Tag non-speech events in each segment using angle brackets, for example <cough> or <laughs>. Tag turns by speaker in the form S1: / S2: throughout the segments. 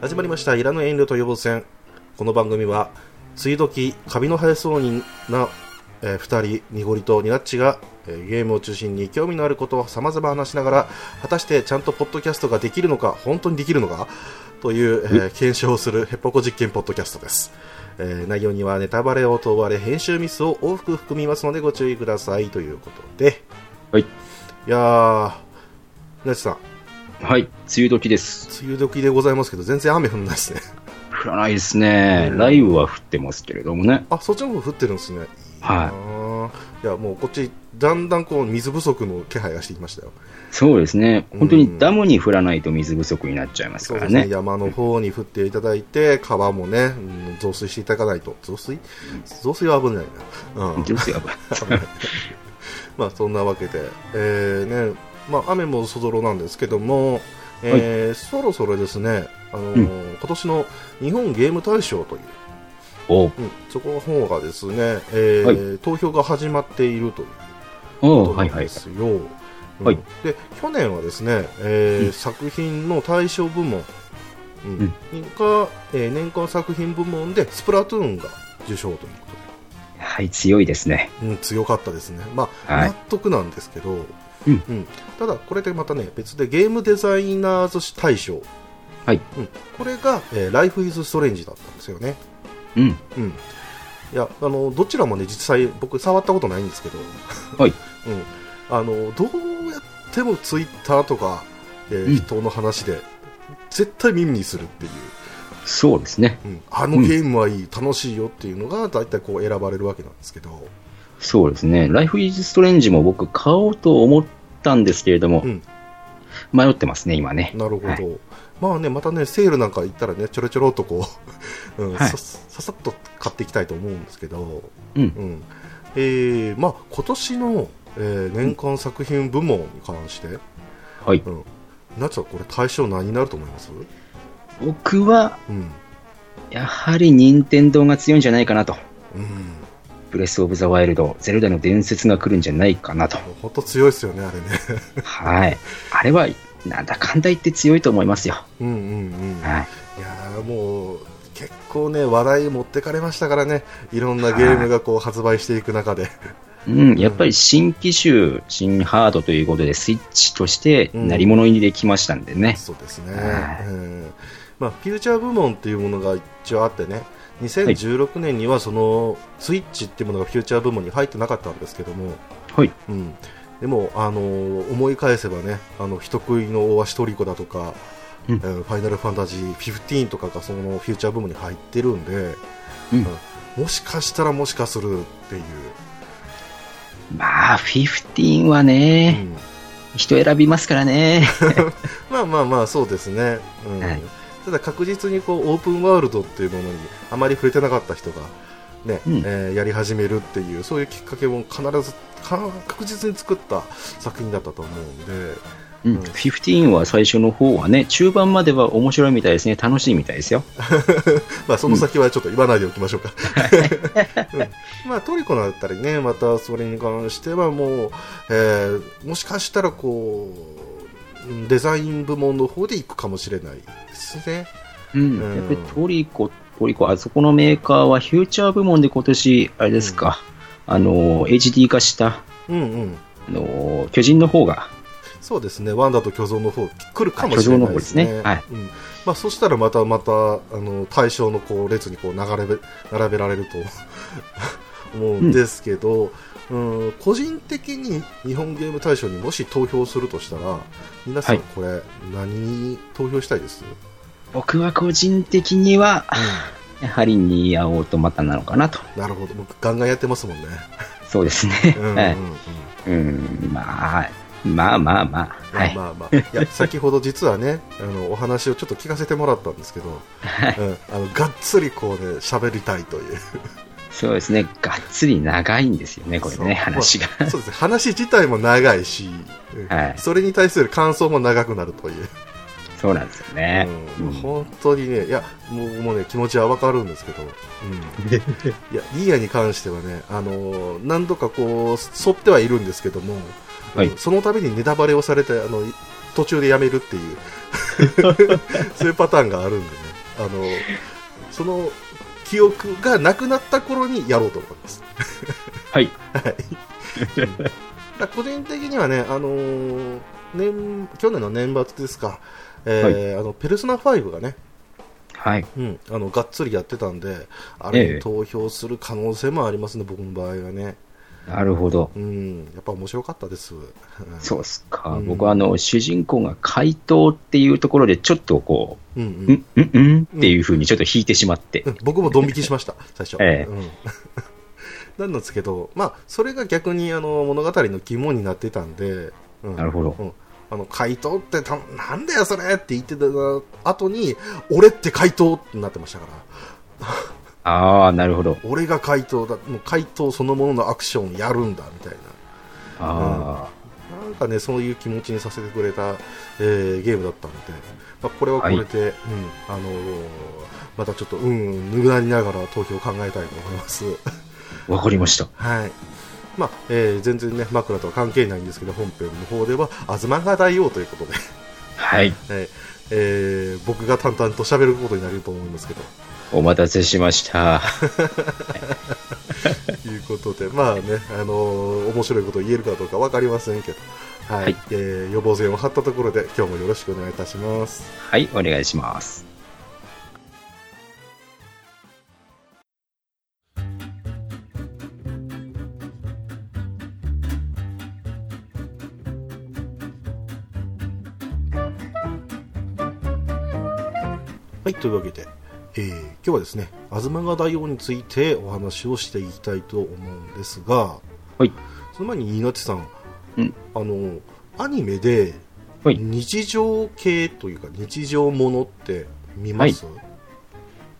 S1: 始まりましたいらぬ遠慮と予防戦この番組は梅雨時カビの生えそうにな、え2人濁りとニラッチが、えーゲームを中心に興味のあることをさまざま話しながら果たしてちゃんとポッドキャストができるのか本当にできるのかという、えー検証をするヘッポコ実験ポッドキャストです、えー内容にはネタバレを問われ編集ミスを往復含みますのでご注意くださいということで
S2: はい。
S1: いやーニラッチさん
S2: はい。梅雨時です。
S1: 梅雨時でございますけど全然雨降んないですね
S2: 降らないですね。雷雨は降ってますけれどもね。
S1: あそっちの方降ってるんですね
S2: はい
S1: いやもうこっちだんだんこう水不足の気配がしてきましたよ
S2: そうですね。
S1: うん
S2: 本当にダムに降らないと水不足になっちゃいます
S1: そう
S2: か
S1: で
S2: ら
S1: すね
S2: ね。
S1: 山の方に降っていただいて川もね、うん増水していただかないと増水増水は危ないな、うん
S2: 本当ですよ。
S1: まあそんなわけで、えーねまあ、雨もそぞろなんですけども、えーそろそろですね、あのー今年の日本ゲーム大賞という、
S2: お
S1: うん、そこの方がですね、えー投票が始まっているという
S2: お
S1: こと
S2: は
S1: ないん
S2: はい
S1: で。すよ。うん
S2: はい
S1: で去年はですね、えー
S2: うん
S1: 作品の対象部門、うんが、えー年間作品部門でスプラトゥーンが受賞というこ
S2: はい、強いですね。
S1: とで、うん、強かったですね、まあ
S2: はい
S1: 納得なんですけど、
S2: うん
S1: ただ、これでまたね別でゲームデザイナーズ大賞、
S2: はい
S1: うん、これが、えー、Life is Strange だったんですよね。
S2: うん。
S1: うんいやあのどちらもね実際僕触ったことないんですけど、
S2: はい
S1: <laughs> うん、あのどうやってもツイッターとか、えー
S2: うん
S1: 人の話で絶対耳にするっていう、
S2: そうですね。
S1: うん、あのゲームはいい、楽しいよっていうのが大体こう選ばれるわけなんですけど、
S2: そうですね。ライフイズストレンジも僕買おうと思ったんですけれども、
S1: うん
S2: 迷ってますね、今ね。
S1: なるほど、
S2: はい
S1: まあねまたねセールなんか行ったらねちょろちょろっとこう、 <laughs> うん
S2: はい
S1: さささっと買っていきたいと思うんですけど、
S2: うん。
S1: うんえーまあ、今年の、えー年間作品部門に関して、
S2: はい。
S1: なっちゃんこれ対象何になると思います
S2: 僕は、
S1: うん、
S2: やはり任天堂が強いんじゃないかなと。
S1: うん、
S2: ブレス・オブ・ザ・ワイルド、ゼルダの伝説が来るんじゃないかなと。
S1: ほんと強いですよねあれね <laughs>
S2: はい。あれは、なんだかんだ言って強いと思いますよ。
S1: うんうんうんいや
S2: はい。
S1: ーもう結構ね話題持ってかれましたからねいろんなゲームがこう発売していく中で
S2: うん、やっぱり新機種、新ハードということで、スイッチとして、鳴り物入りできましたんでね。
S1: <laughs> そうですね、
S2: はい
S1: うんまあ、フューチャー部門っていうものが一応あってね2016年にはそのスイッチっていうものがフューチャー部門に入ってなかったんですけども、
S2: はい。
S1: うん、でも、あのー思い返せばねあの人食いの大足トリコだとか、
S2: うん
S1: えーファイナルファンタジー15とかがそのフューチャー部門に入ってるんで、
S2: うん
S1: もしかしたらもしかするっていう、
S2: まあ、15は
S1: う
S2: ね、
S1: ん
S2: 人選びますからね。
S1: まあまあまあそうですね、うん
S2: はい
S1: ただ確実にこうオープンワールドっていうものにあまり触れてなかった人が、ね
S2: うん
S1: えーやり始めるっていうそういうきっかけを必ずか確実に作った作品だったと思うんで。
S2: うん。15は最初の方はね、中盤までは面白いみたいですね。楽しいみたいですよ。
S1: まあ、その先はちょっと言わないでおきましょうか、うんまあ、トリコのあたりねまたそれに関してはもう、えーもしかしたらこううんデザイン部門の方で行くかもしれないですね
S2: うん。
S1: うん
S2: やっぱりトリコ、トリコ、あそこのメーカーは、フューチャー部門で今年、あれですか、あの、HD 化した、
S1: うんうん
S2: あの、巨人の方が、
S1: そうですねワンダと巨像の方来るかもしれないですね
S2: 巨像の方ですねはい
S1: うんまあ、そしたらまたまたあの対象のこう列にこう流れべ並べられると <laughs> 思うんですけど、うん個人的に日本ゲーム大賞にもし投票するとしたら皆さん
S2: はい
S1: これ、何に投票したいです、
S2: 僕は個人的には、やはりニアオートマタなのかなと。
S1: なるほど僕ガンガンやってますもんね、
S2: そうですね。
S1: うんうんうん
S2: はいうん、まあ、まあまあまあ。はい。
S1: まあまあ、い
S2: <laughs>
S1: や先ほど実はねあのお話をちょっと聞かせてもらったんですけど、うん、あのがっつりこうね喋りたいという
S2: そうですね。がっつり長いんですよね、これ
S1: そう
S2: ね、話
S1: <laughs>
S2: が。
S1: そうですね話自体も長いし、うん
S2: はい
S1: それに対する感想も長くなるという、
S2: そうなんですよね。
S1: うん
S2: うん
S1: 本当にねいやもうもうね気持ちはわかるんですけ
S2: <laughs>
S1: ど、うんいやリーヤに関してはね、あのー何度かこう沿ってはいるんですけども、
S2: はい
S1: うんその度にネタバレ
S2: <laughs>
S1: をされてあの途中でやめるっていうそういうパターンがあるんでね。あのその記憶がなくなった頃にやろうと思います。
S2: はい。
S1: だ個人的にはね、あのー年去年の年末ですか、えーあのペルソナ5がね、
S2: はい。
S1: うん、あのがっつりやってたんで、あれ
S2: ええ
S1: に投票する可能性もありますね、僕の場合はね。
S2: なるほど。
S1: うん、やっぱ面白かったです。うん
S2: そうっすか。
S1: うん
S2: 僕はあの、主人公が怪盗っていうところで、ちょっとこ
S1: うんう
S2: う、うんん、うん、うんっていう風にちょっと引いてしまって
S1: う。ん僕もドン引きしま
S2: <laughs>
S1: した、最初。
S2: ええ
S1: うん <laughs> なんですけど、まあ、それが逆にあの物語の肝になってたんで、うん
S2: なるほど。
S1: あの怪盗ってたなんだよそれって言ってた後に俺って怪盗ってなってましたから
S2: ああ、なるほど。
S1: 俺が怪盗だもう怪盗そのもののアクションをやるんだみたいな
S2: あ
S1: なんかねそういう気持ちにさせてくれた、えーゲームだったので、まあ、これはこれで、うんあのーまたちょっとうんうんぬぐなりながら投票を考えたいと思います。 <laughs>
S2: あ、わかりました。
S1: はい。まあ、えー全然ね、枕とは関係ないんですけど、本編の方では、あずまが大王ということで、
S2: は
S1: は
S2: い。
S1: いえー僕が淡々と喋ることになると思いますけ <laughs> ど、
S2: お待たせしました。
S1: ということで、まあね、あのー面白いことを言えるかどうか分かりませんけど、はい、
S2: はい
S1: えー予防線を張ったところで、今日もよろしくお願いいたします。
S2: はい、お願いします。
S1: はい、というわけで、えー今日はですね、東が大王についてお話をしていきたいと思うんですが、
S2: はい。
S1: その前に、稲地さん、
S2: うん
S1: あの、アニメで、
S2: はい
S1: 日常系というか、日常ものって見ます、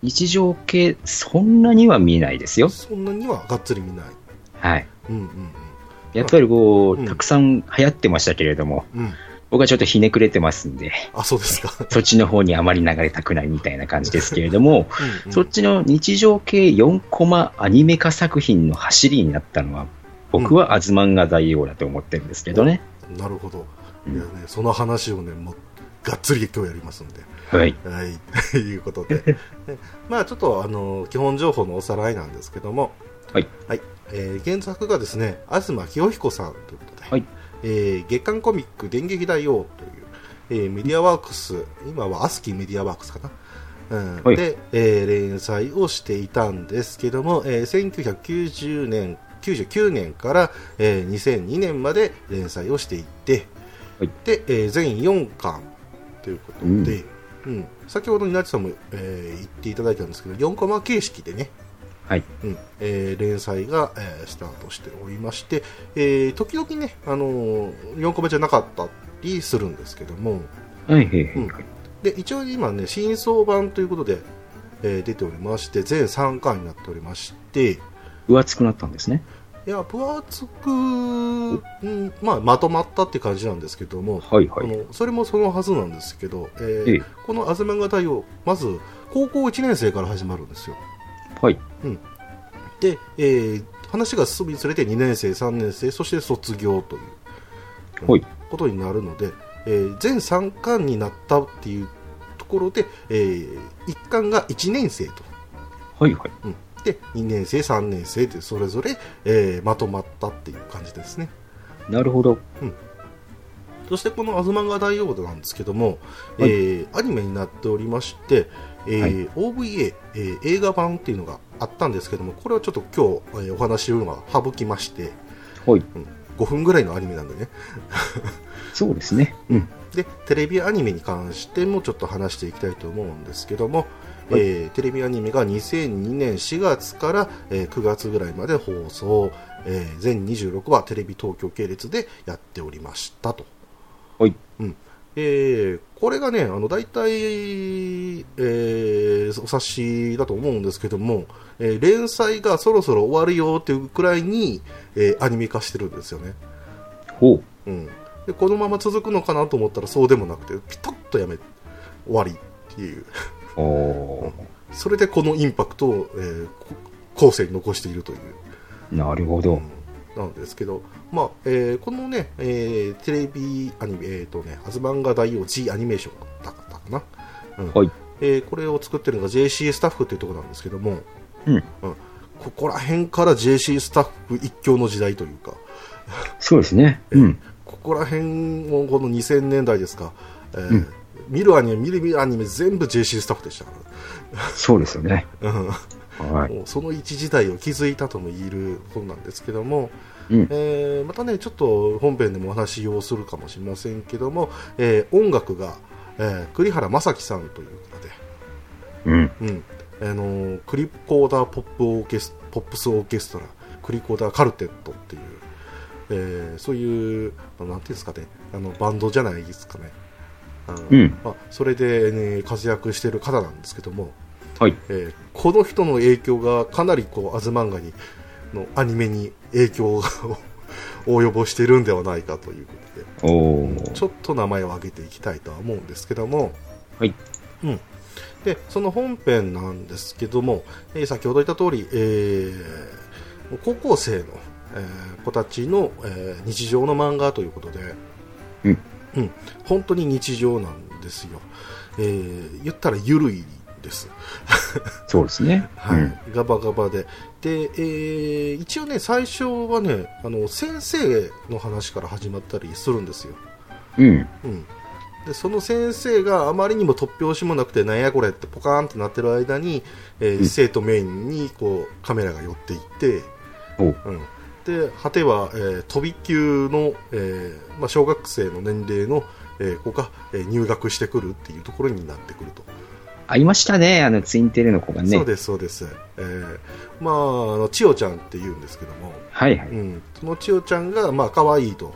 S2: 日常系、そんなには見ないですよ。
S1: そんなにはがっつり見ない。
S2: はい。
S1: うんうん
S2: やっぱりこう、
S1: うん
S2: たくさん流行ってましたけれども、
S1: うん。うん。
S2: 僕はちょっとひねくれてま
S1: <laughs>
S2: すんで、
S1: あ、そうですか。
S2: そっちの方にあまり流れたくないみたいな感じですけれども、
S1: うんうん
S2: そっちの日常系4コマアニメ化作品の走りになったのは、僕はアズマンガ大王だと思ってるんですけどね。
S1: なるほど。
S2: う
S1: い
S2: ん
S1: やね、その話をね、もう、がっつり今日やりますんで。
S2: はい。
S1: はい、ということ
S2: <laughs>
S1: で、ねまあちょっとあの基本情報のおさらいなんですけども、
S2: はい
S1: えー原作がですね東清彦さんということで、
S2: はい
S1: えー月刊コミック「電撃大王」という、えーメディアワークス今はアスキーメディアワークスかな。うん
S2: はい
S1: で、えー連載をしていたんですけども、えー1990年99年から、えー2002年まで連載をしていって、
S2: はい
S1: で、えー全4巻ということで、
S2: うん
S1: うん、先ほどになちさんも、えー言っていただいたんですけど4コマ形式でね、
S2: はい。
S1: うんえー連載が、えースタートしておりまして、えー時々ね、あのー4コマじゃなかったりするんですけども
S2: はい、はい、はい
S1: うんで一応今ね新装版ということで、えー出ておりまして全3巻になっておりまして
S2: 分厚くなったんですね。
S1: いや分厚く、うんまあ、まとまったって感じなんですけども、
S2: はい、は
S1: あ
S2: い。
S1: のそれもそのはずなんですけど、えー
S2: ええ
S1: この「あずまんが太陽」まず高校1年生から始まるんですよ
S2: はい。
S1: で、えー話が進むにつれて2年生3年生そして卒業という
S2: はい。
S1: ことになるので、えー全3巻になったっていうところで、え1巻が1年生と、
S2: はい、はい。
S1: うんで2年生3年生でそれぞれ、えーまとまったっていう感じですね
S2: なるほど。
S1: そしてこの「アズマンガ大王」なんですけども、
S2: はい
S1: えーアニメになっておりまして、えー
S2: はい
S1: OVA、えー映画版っていうのがあったんですけどもこれはちょっと今日、えーお話しするのは省きまして
S2: はい。
S1: 5分ぐらいのアニメなんでね
S2: そうですね。うん。
S1: でテレビアニメに関してもちょっと話していきたいと思うんですけども、
S2: はい
S1: えーテレビアニメが2002年4月から、えー9月ぐらいまで放送、えー全26話テレビ東京系列でやっておりましたと。
S2: はい。
S1: えーこれがね、あの大体、えーお察しだと思うんですけども、えー連載がそろそろ終わるよっていうくらいに、えーアニメ化してるんですよね、
S2: ほう。
S1: うんで。このまま続くのかなと思ったらそうでもなくて、ピタッとやめ、終わりっていう、 <laughs>
S2: お
S1: それでこのインパクトを、えーこ後世に残しているという。
S2: ーなるほど。
S1: なんですけど、まあえーこのね、えーテレビアニメ、えーとね、アズマンガ大王 G アニメーションだったかな、うん
S2: はい
S1: えーこれを作ってるのが JCA スタッフというところなんですけども、
S2: うん
S1: ここら辺から JC スタッフ一強の時代というか、
S2: そうですね。うん。
S1: ここら辺をこの2000年代ですか、えー
S2: うん
S1: 見るアニメ、見る見るアニメ、全部 JC スタッフでしたか
S2: そうですよね。
S1: ら、うん
S2: はい。
S1: もうその一時代を築いたとも言えることなんですけども、
S2: うん。
S1: えーまたね、ちょっと本編でもお話をするかもしれませんけども、えー音楽が、えー栗原正樹さんという方で、
S2: うん。
S1: うんあのークリコーダーポップオーケスポップスオーケストラクリコーダーカルテットっていう、えーそういう、まあなんていうんですかねあのバンドじゃないですかねあの
S2: うん
S1: まあ、それで、ね、活躍してる方なんですけども、
S2: はい。
S1: えーこの人の影響がかなりこうアズマンガにのアニメに影響を <laughs> を及ぼしてるんではないかということで
S2: おお。
S1: ちょっと名前を挙げていきたいとは思うんですけども、
S2: はい
S1: うん、でその本編なんですけども、えー先ほど言った通り、えー高校生の、えー子たちの、えー日常の漫画ということで、
S2: うん
S1: うん本当に日常なんですよ、えー言ったらゆるいです
S2: そうですね。
S1: はい
S2: うん。
S1: ガバガバでで、えー一応ね最初はねあの先生の話から始まったりするんですよ、
S2: うん。
S1: うん、でその先生があまりにも突拍子もなくてなんやこれってポカーンってなってる間に、えー
S2: うん
S1: 生徒メインにこうカメラが寄っていって、
S2: おう
S1: うん、で果ては、えー飛び級の、えーまあ、小学生の年齢の、えー子が、えー入学してくるっていうところになってくると。
S2: ありましたね。あの、ツインテールの子がね。
S1: そうですそうです、えーまああの千代ちゃんって言うんですけども、。
S2: はいはいう
S1: ん、その千代ちゃんがまあ可愛いと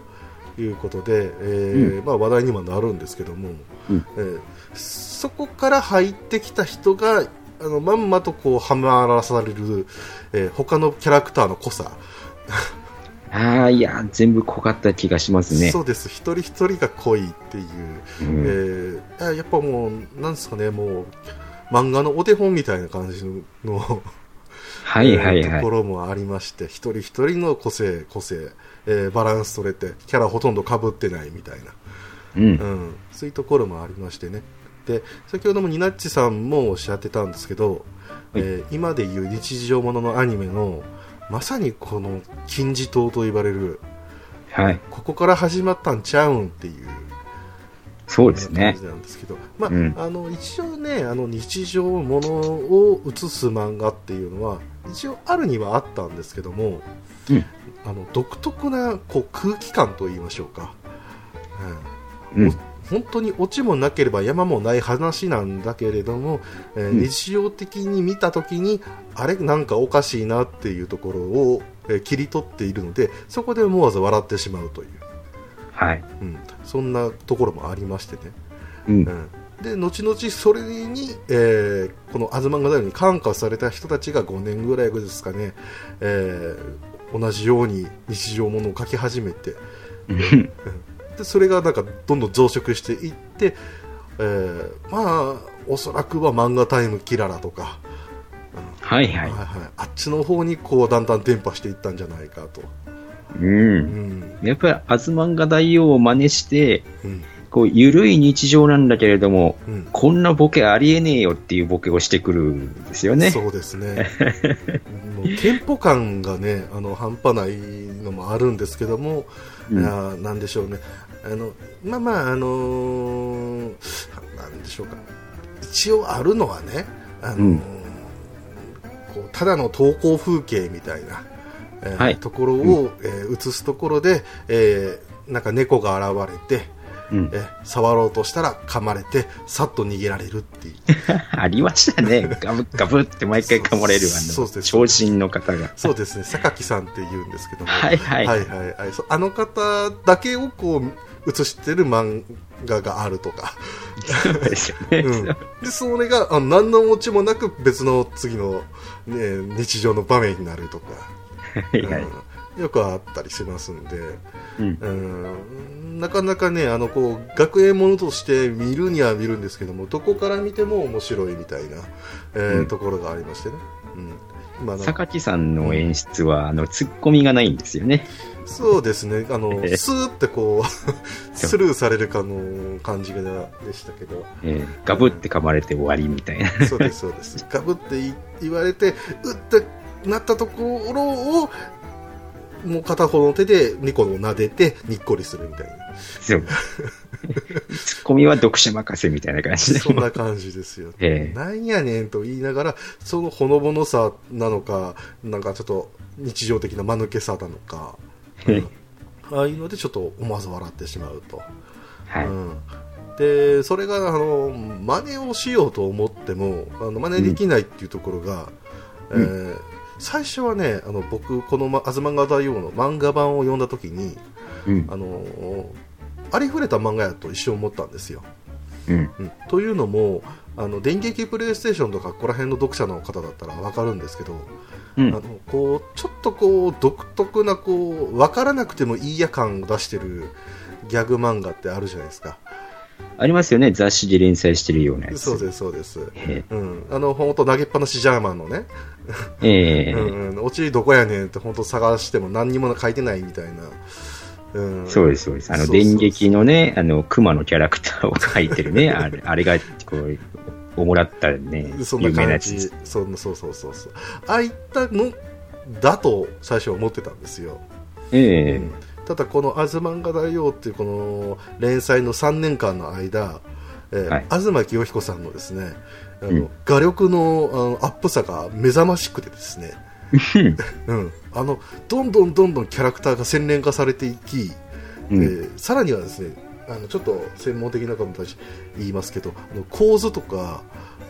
S1: いうことで、えーまあ、話題にもなるんですけども、
S2: うん
S1: えーそこから入ってきた人があのまんまとこうはまらされる、えー他のキャラクターの濃さ、
S2: ああ、いや、全部濃かった気がしますね。
S1: そうです一人一人が濃いっていう、
S2: うん
S1: えーあやっぱもうなんですかねもう漫画のお手本みたいな感じの
S2: はいはい
S1: えー
S2: は
S1: と
S2: い
S1: こ。ろもありまして、一人一人の個性、個性、えーバランス取れて、キャラほとんど被ってないみたいな、
S2: うん
S1: う。ん、そういうところもありましてね。で、先ほどもニナッチさんもおっしゃってたんですけど、
S2: はい
S1: えー今でいう日常もののアニメの、まさにこの金字塔と言われる、
S2: はい。
S1: ここから始まったんちゃうんっていう
S2: そうです
S1: 感
S2: ね
S1: じ。なんですけど、まあ
S2: うん
S1: あの一応ねあの日常ものを映す漫画っていうのは一応あるにはあったんですけども、
S2: うん
S1: あの独特なこう空気感と言いましょうか、
S2: う
S1: うん
S2: ん。
S1: 本当にオチもなければ山もない話なんだけれども、えー
S2: うん
S1: 日常的に見た時にあれなんかおかしいなっていうところを、えー切り取っているのでそこで思わず笑ってしまうという、
S2: はい。
S1: うん、そんなところもありましてね
S2: うん
S1: う。んで後々それに、えーこの「アズマンガダイル」に感化された人たちが5年ぐらいですかね、えー同じように日常ものを書き始めて
S2: うん
S1: でそれがなんかどんどん増殖していって、えーまあおそらくは「漫画タイムキララ」とか、
S2: はいは
S1: はい
S2: い。
S1: はい、あっちの方にこうだんだん伝播していったんじゃないかと。
S2: う。
S1: うんん
S2: やっぱり、アズマンガ大王を真似して、
S1: うん
S2: こう、ゆるい日常なんだけれども、
S1: うん
S2: こんなボケありえねえよっていうボケをしてくるんですよね。
S1: そうですねもうテンポ感がねあの半端ないのもあるんですけども、
S2: うん
S1: あーなんでしょうねあのまあまああのーなんでしょうか一応あるのはねあのー
S2: うん
S1: こうただの投稿風景みたいな、えー
S2: はい
S1: ところを、えー映すところで、えーなんか猫が現れて
S2: うん
S1: え。ー触ろうとしたら噛まれてさっと逃げられるっていう
S2: ありましたね。
S1: <laughs>
S2: ガブガブって毎回噛まれる、あ
S1: そうそうで
S2: の、
S1: す
S2: 長身の方が。
S1: そうですね、榊さんって言うんですけども、
S2: はいはい
S1: はいはいはいそうあの方だけをこう映してる漫画があると
S2: <laughs>
S1: か、
S2: そうですよね。
S1: うん、でそれがあ何の持ちもなく別の次の、ね、日常の場面になるとか、
S2: はいはい。
S1: うんよくあったりしますんで、
S2: うん。
S1: うん、なかなかねあのこう学園ものとして見るには見るんですけどもどこから見ても面白いみたいな、えー
S2: うん
S1: ところがありましてね。うん今なんか
S2: 榊さんの演出は、あの、ツッコミがないんですよね。
S1: そうですね、あの、
S2: ええ
S1: スーってこ
S2: <laughs>
S1: う、スルーされるかの感じがでしたけど、
S2: えーガブって噛まれて終わりみたい
S1: <laughs>
S2: な。
S1: そうです、そう
S2: <laughs>
S1: です。かぶってい言われて、うってなったところを、もう片方の手で猫を撫でて、にっこりするみたい
S2: <laughs>
S1: な。
S2: そう。ツッコミは読者任せみたいな感じで。
S1: そんな感じですよね。
S2: え
S1: なんやねんと言いながら、そのほのぼのさなのか、なんかちょっと日常的な間抜けさなのか、
S2: え
S1: ああいうのでちょっと思わず笑ってしまうと。
S2: は
S1: う
S2: い。
S1: ん、でそれがあの真似をしようと思ってもあの真似できないっていうところが、
S2: うん
S1: えー最初はねあの僕この「あずまんが大王」の漫画版を読んだ時に
S2: うん。
S1: あのありふれた漫画やと一瞬思ったんですよ。
S2: うん。
S1: うんというのもあの電撃プレイステーションとかここら辺の読者の方だったら分かるんですけど、
S2: う
S1: あの
S2: ん。
S1: こうちょっとこう独特なこう分からなくてもいいや感を出してるギャグ漫画ってあるじゃないですか。
S2: ありますよね。雑誌で連載してるようなやつ。
S1: そうです、そうです。
S2: え
S1: うん、あの本当投げっぱなしジャーマンのね、
S2: ーえ
S1: うん
S2: ー
S1: うん、落ちどこやねんって本当探しても何にも書いてないみたいな、うん、
S2: そうです、そうです。あの、
S1: そうそうそう
S2: 電撃のね、あの、熊のキャラクターを描いてるね、 <laughs> あれ、あれが、こう、おもらったね、
S1: そん
S2: 有
S1: な
S2: 名な
S1: 感
S2: やつで
S1: じ
S2: す。
S1: そんなそうそうそうそうああいったのだと最初は思ってたんですよ、
S2: ええ
S1: うんただこの「アズマンガ大王」っていうこの連載の3年間の間、えー
S2: はい
S1: 東清彦さんのですねあの、
S2: うん
S1: 画力のあのアップさが目覚ましくてですね
S2: ん、
S1: <laughs> うん、あのどんどんどんどんキャラクターが洗練化されていき、
S2: うん
S1: えーさらにはですねあのちょっと専門的なことに言いますけどあの構図とか、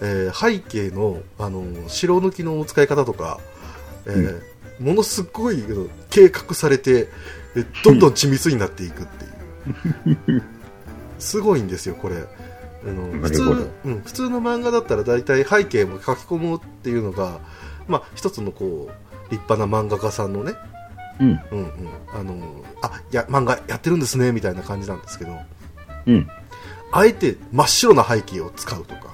S1: えー背景のあの白抜きの使い方とか、えーものすごいあの計画されてえどんどん緻密になっていくっていう
S2: <laughs>
S1: すごいんですよこれ。あの普
S2: なる
S1: 通
S2: ほど
S1: うん、普通の漫画だったら大体背景も書き込むっていうのが、まあ、一つのこう立派な漫画家さんのね、
S2: うん、
S1: うんうん、あのあいや漫画やってるんですねみたいな感じなんですけど
S2: うん、
S1: あえて真っ白な背景を使うとか、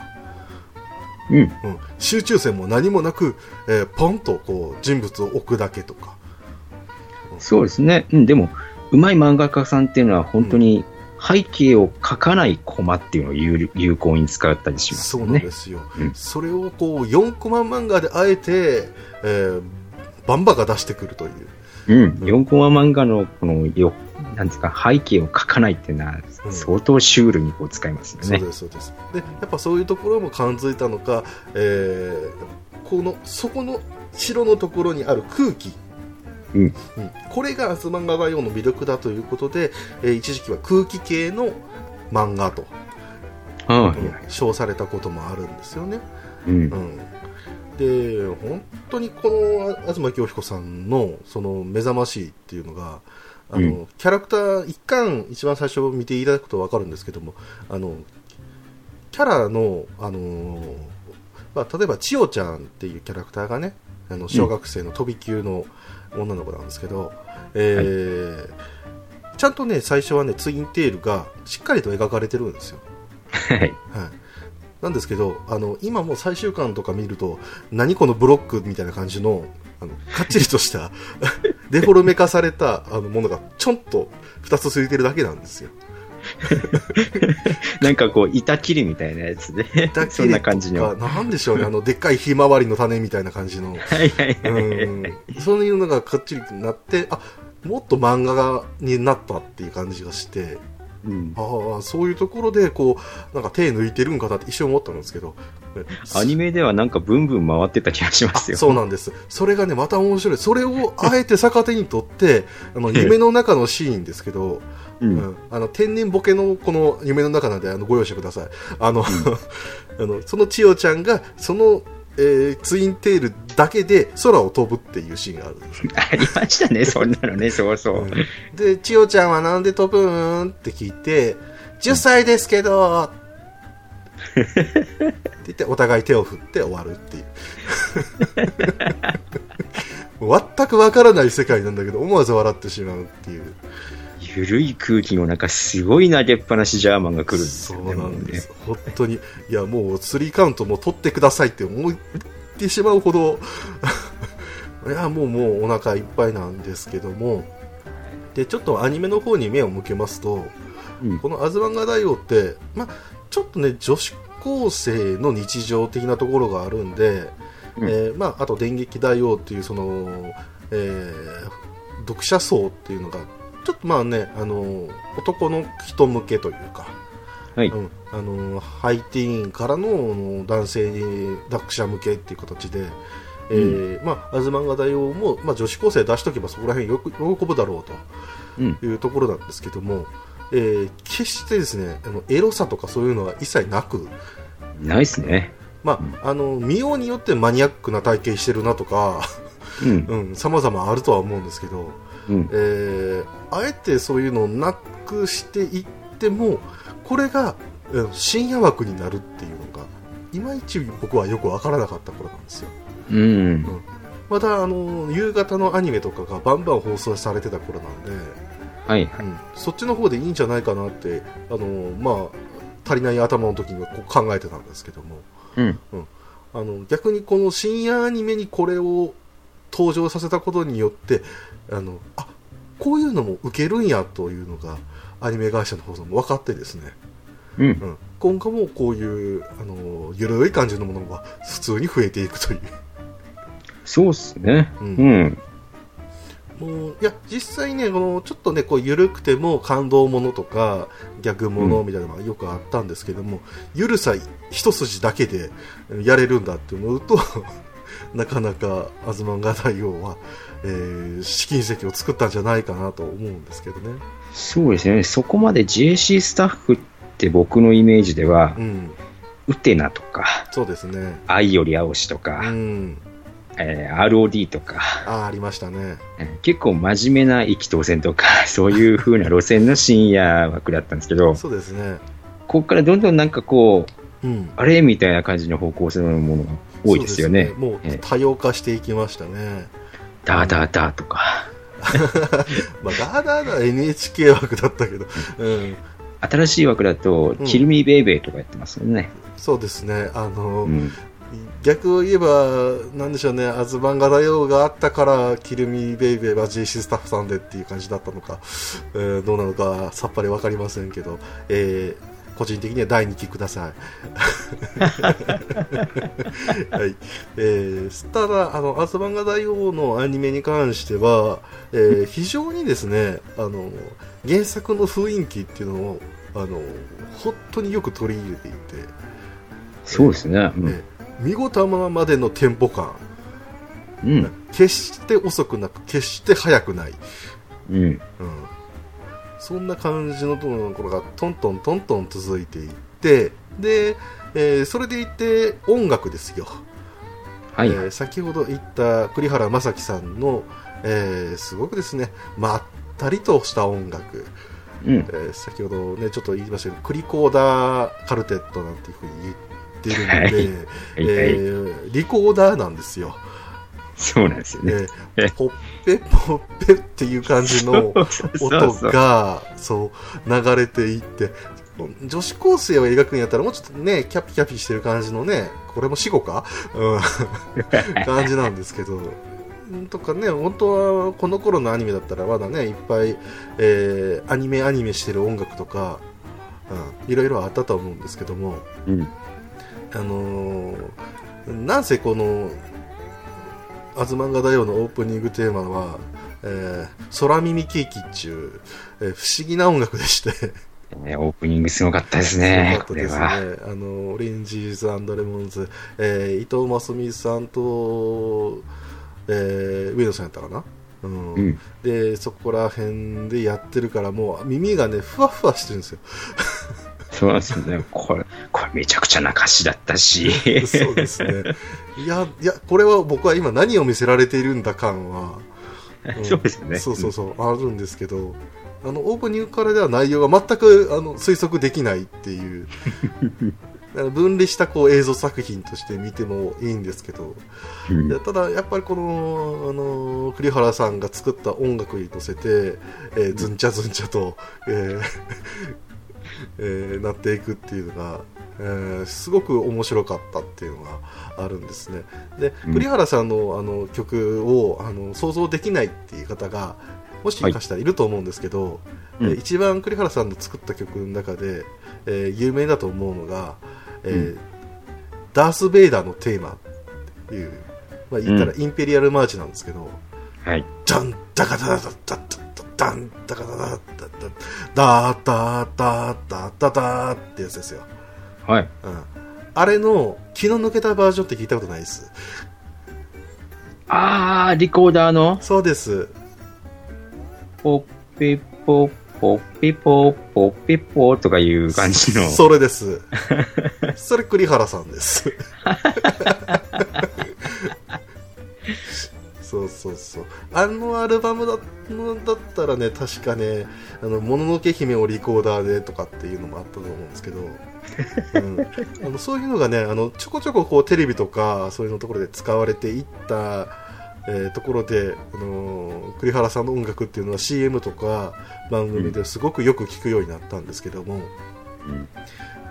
S2: うん、
S1: うん、集中線も何もなく、えーポンとこう人物を置くだけとか
S2: そうですね。うん、でも、うまい漫画家さんっていうのは、本当に、背景を描かないコマっていうのを有有効に使ったりします
S1: そ
S2: よ
S1: うなん
S2: ね
S1: で。すよ、
S2: うん
S1: それをこう4コマ漫画であえて、えーバンバが出してくるという。
S2: うん、4コマ漫画の、この、よ、なんですか、背景を描かないっていうのは
S1: う、ん
S2: 相当シュールにこう使いますよ
S1: そう
S2: ね。
S1: ですそうですでやっぱそういうところも感づいたのか、えーこのそこの城のところにある空気、
S2: うん
S1: うんこれが「アスマンガガヨの魅力だということで、えー一時期は空気系の漫画と、
S2: は
S1: うん称されたこともあるんですよね、
S2: い。うん
S1: う。ん、で本当にこのあ東京彦さんのその目覚ましいっていうのがあの、
S2: う
S1: キャラクター一巻一番最初見ていただくと分かるんですけどもあのキャラの、あのーまあ、例えば千代ちゃんっていうキャラクターがねあの小学生の飛び級の女の子なんですけど、えーちゃんとね最初はねツインテールがしっかりと描かれてるんですよ。
S2: はい。
S1: はい、なんですけどあの今もう最終巻とか見ると何このブロックみたいな感じのあのかっちりとした <laughs> デフォルメ化されたあのものがちょんと2つついてるだけなんですよ。
S2: <laughs> なんかこう、板切りみたいなやつで、
S1: だ
S2: そんな感じの。は
S1: なんでしょうねあのでっかいひまわりの種みたいな感じの。
S2: いはいは
S1: う
S2: い。
S1: んそういうのがかっちりになってあもっと漫画がになったっていう感じがして
S2: うん
S1: ああそういうところでこうなんか手抜いてるんかなって一瞬思ったんですけど
S2: アニメではなんかブンブン回ってた気がしますよ。
S1: そうなんです。それがね、また面白い。それをあえて逆手にと
S2: <laughs>
S1: って、あの、夢の中のシーンですけど、う
S2: う。
S1: んん、あの、天然ボケのこの夢の中なんで、あの、ご容赦ください。あの、 <laughs> あの、その千代ちゃんが、その、えーツインテールだけで空を飛ぶっていうシーンがあるんですよ。
S2: ありましたね、そんなのね、そうそう。
S1: うんで、千代ちゃんはなんで飛ぶんって聞いて、10歳ですけど、って言って、お互い手を振って終わるっていう。全くわからない世界なんだけど、思わず笑ってしまうっていう。
S2: ゆるい空気の中、すごい投げっぱなしジャーマンが来るんです
S1: そ
S2: よね。
S1: うなんで
S2: も
S1: す。本当に。いや、もう、スリーカウントも取ってくださいって思ってしまうほ <laughs> ど、いや、もう、もうお腹いっぱいなんですけども、でちょっとアニメの方に目を向けますと、
S2: うん
S1: この「アズマンガ大王」って、まあ、ちょっとね女子高生の日常的なところがあるんで、
S2: うん
S1: えーまあ、あと「電撃大王」っていうその、えー読者層っていうのがちょっとまあね、あのー男の人向けというか、
S2: はい
S1: うんあのーハイティーンからのあの男性読者向けっていう形で。えーまあ、アズマンガ大王も、まあ、女子高生出しとけばそこら辺よく喜ぶだろうと
S2: うん
S1: というところなんですけども、えー決してですねあのエロさとかそういうのは一切なく、
S2: ないっすね。
S1: まあ、あの見ようによってマニアックな体型してるなとか <laughs>
S2: うん。
S1: さまざまあるとは思うんですけど、
S2: うん
S1: え。ーあえてそういうのをなくしていってもこれが、うん深夜枠になるっていうのがいまいち僕はよくわからなかった頃なんですよ。
S2: うん。
S1: またあの夕方のアニメとかがバンバン放送されてた頃なんで、
S2: はい。
S1: うん、そっちの方でいいんじゃないかなって、あのーまあ、足りない頭の時にはこう考えてたんですけども
S2: うん。
S1: あの逆にこの深夜アニメにこれを登場させたことによってあのあこういうのも受けるんやというのがアニメ会社の方でも分かってですね、
S2: うん。
S1: うん、今後もこういう、あのー緩い感じのものが普通に増えていくという。
S2: そうっすね。
S1: う
S2: うんん。
S1: もういや実際ねこのちょっとねこう緩くても感動ものとか逆ものみたいなのがよくあったんですけども、ゆるさ一筋だけでやれるんだって思うと <laughs> なかなか「アズマンガ大王は」えー試金石を作ったんじゃないかなと思うんですけどね。
S2: そうですね。そこまで JC スタッフって僕のイメージでは
S1: う、ん、
S2: ウテナとか、
S1: そうですね。
S2: 愛より青しと
S1: う
S2: か、
S1: ん、
S2: えー ROD とか、
S1: あーありましたね。
S2: えー結構真面目な意気投戦とか、 <laughs> そういう風な路線の深夜枠だったんですけど、
S1: そうですね。
S2: ここからどんどんなんかこう、
S1: うん、
S2: あれみたいな感じの方向性のものが多いですよね
S1: そ。うです
S2: え
S1: もう
S2: え
S1: 多様化していきましたね。 <laughs>
S2: ダーダーダーとか、
S1: まあ、だーだーだー NHK 枠だったけど、うん、
S2: 新しい枠だと、
S1: うん
S2: キルミーベイベーとかやってますよね。
S1: そうですね、あの、
S2: うん。
S1: 逆を言えば、なんでしょうね、アズマンガ大王があったから、キルミベイベーは JC スタッフさんでっていう感じだったのか、えーどうなのか、さっぱりわかりませんけど、えー個人的には第2期くだ
S2: <laughs>
S1: さい。はいえーただ、あの、アズマンガ大王のアニメに関しては、えー非常にですね、あの、原作の雰囲気っていうのを、あの、本当によく取り入れていて、
S2: そうですね。うん
S1: え見事なまでのテンポ感
S2: うん。
S1: 決して遅くなく決して速くない、
S2: うん。
S1: うん、そんな感じのところがトントントントン続いていってで、えーそれでいて音楽ですよ、
S2: はい。
S1: えー先ほど言った栗原正樹さんの、えーすごくですねまったりとした音楽、
S2: うん
S1: え。ー先ほどねちょっと言いましたけどクリコーダーカルテットなんていうふうに言ってるので、
S2: はい
S1: え
S2: はい。
S1: ーリコーダーなんですよ
S2: そうなんですよね。
S1: え
S2: え
S1: ー、ポッペポッペっていう感じの
S2: そうそうそう
S1: 音
S2: そう。
S1: がそう流れていって女子高生を描くんやったらもうちょっとねキャピキャピしてる感じのねこれも死後か、
S2: <laughs>
S1: うん、感じなんですけどとかね本当はこの頃のアニメだったらまだねいっぱい、えーアニメアニメしてる音楽とか、うん、いろいろあったと思うんですけども
S2: うん。
S1: あのーなんせこの「アズマンガ大王」のオープニングテーマは「えー空耳ケーキ」っちゅう、えー不思議な音楽でして
S2: ねオープニングすごかったです
S1: す
S2: ね。こ
S1: ごか
S2: れ
S1: ったです
S2: は。
S1: ねあのオレンジーズレモンズ、えー伊藤真澄さんと、えー上野さんやったかな、うん
S2: うん。
S1: でそこら辺でやってるからもう耳がねふわふわしてるんですよ
S2: そうなんですよね。これ、これめちゃくちゃな歌詞だったし。
S1: そうですねいやいやこれは僕は今何を見せられているんだ感はうん
S2: そうですよね。
S1: そうそうそう、あるんですけど、あのオープニングからでは内容が全くあの推測できないって
S2: <laughs>
S1: いう、あの分離したこう映像作品として見てもいいんですけど、
S2: うん。
S1: いうや
S2: ん
S1: ただやっぱりこの、あの栗原さんが作った音楽に乗せて、えーずんちゃずんちゃと、えー <laughs> えーなっていくっていうのが、えーすごく面白かったっていうのがあるんですねで
S2: うん
S1: 栗原さんのあの曲をあの想像できないっていう方がもしかしたらいると思うんですけど、
S2: うん
S1: えー一番栗原さんの作った曲の中で、えー有名だと思うのが、えー
S2: う
S1: ダース・ベイダーのテーマっていう、まあ、言ったらインペリアル・マーチなんですけど、
S2: はい。
S1: ダンダカダダダダダダンダカダダダダダダダダダダってやつですよ、
S2: はい。
S1: うん、あれの気の抜けたバージョンって聞いたことないです
S2: あー、リコーダーの、
S1: そうです
S2: ポッピポ、ポッピポ、ポッピポとかいう感じの。
S1: それ <laughs> ですそれ栗原さんです <laughs> そうそうそうあのアルバムだのだったらね確かね「あのもののけ姫」をリコーダーでとかっていうのもあったと思うんですけど、うん、あのそういうのがねあのちょこちょここうテレビとかそういうのところで使われていった、えーところで、あのー栗原さんの音楽っていうのは CM とか番組ですごくよく聞くようになったんですけども、
S2: うん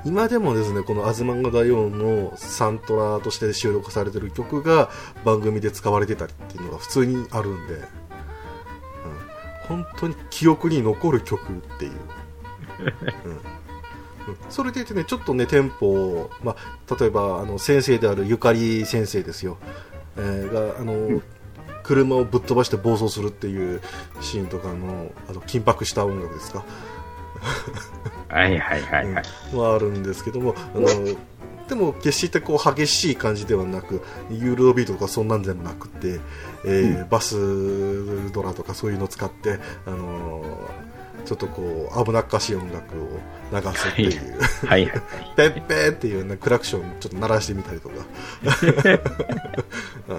S1: 今でもですねこの「アズマンガ大王」のサントラとして収録されてる曲が番組で使われてたりっていうのが普通にあるんで、うん、本当に記憶に残る曲っていう、うんうんそれでいてねちょっとねテンポを、まあ、例えばあの先生であるゆかり先生ですよ、えーがあの、
S2: ん
S1: 車をぶっ飛ばして暴走するっていうシーンとかのあの緊迫した音楽ですか
S2: はいはいはいはい。
S1: はあるんですけどもあのでも決してこう激しい感じではなくユーロビートとかそんなんでもなくて、えーバスドラとかそういうのを使って、あのーちょっとこう危なっかしい音楽を流すっていう、
S2: はいはい。
S1: ペッペーっていう、ね、クラクションちょっと鳴らしてみたりと
S2: <laughs>
S1: かうん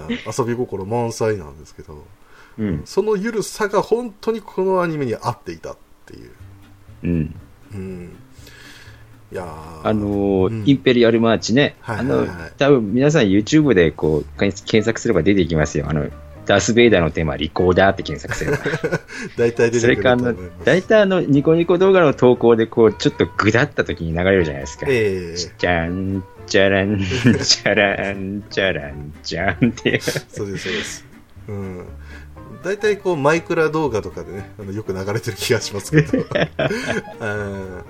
S1: 遊び心満載なんですけど
S2: うん。
S1: その緩さが本当にこのアニメに合っていたっていう、
S2: うん。
S1: うん、いやー
S2: あのー
S1: うん
S2: インペリアルマーチね、
S1: はい
S2: あ
S1: はい
S2: の
S1: はい
S2: 多分皆さん YouTube でこう検検索すれば出てきますよ、あのダース・ベイダーのテーマ、リコーダーって検索
S1: <laughs>
S2: すれば、
S1: 大体出
S2: そ
S1: て
S2: れ
S1: くる
S2: か
S1: と
S2: あ
S1: 思い
S2: の
S1: ます。
S2: 大体あのニコニコ動画の投稿でこうちょっとグダった時に流れるじゃないですか、
S1: ええ
S2: じゃん、じゃらん、じゃらん、じゃらん、じゃんって、
S1: そうです、そうです。うん。大体こう、マイクラ動画とかでね、あのよく流れてる気がしますけど。うん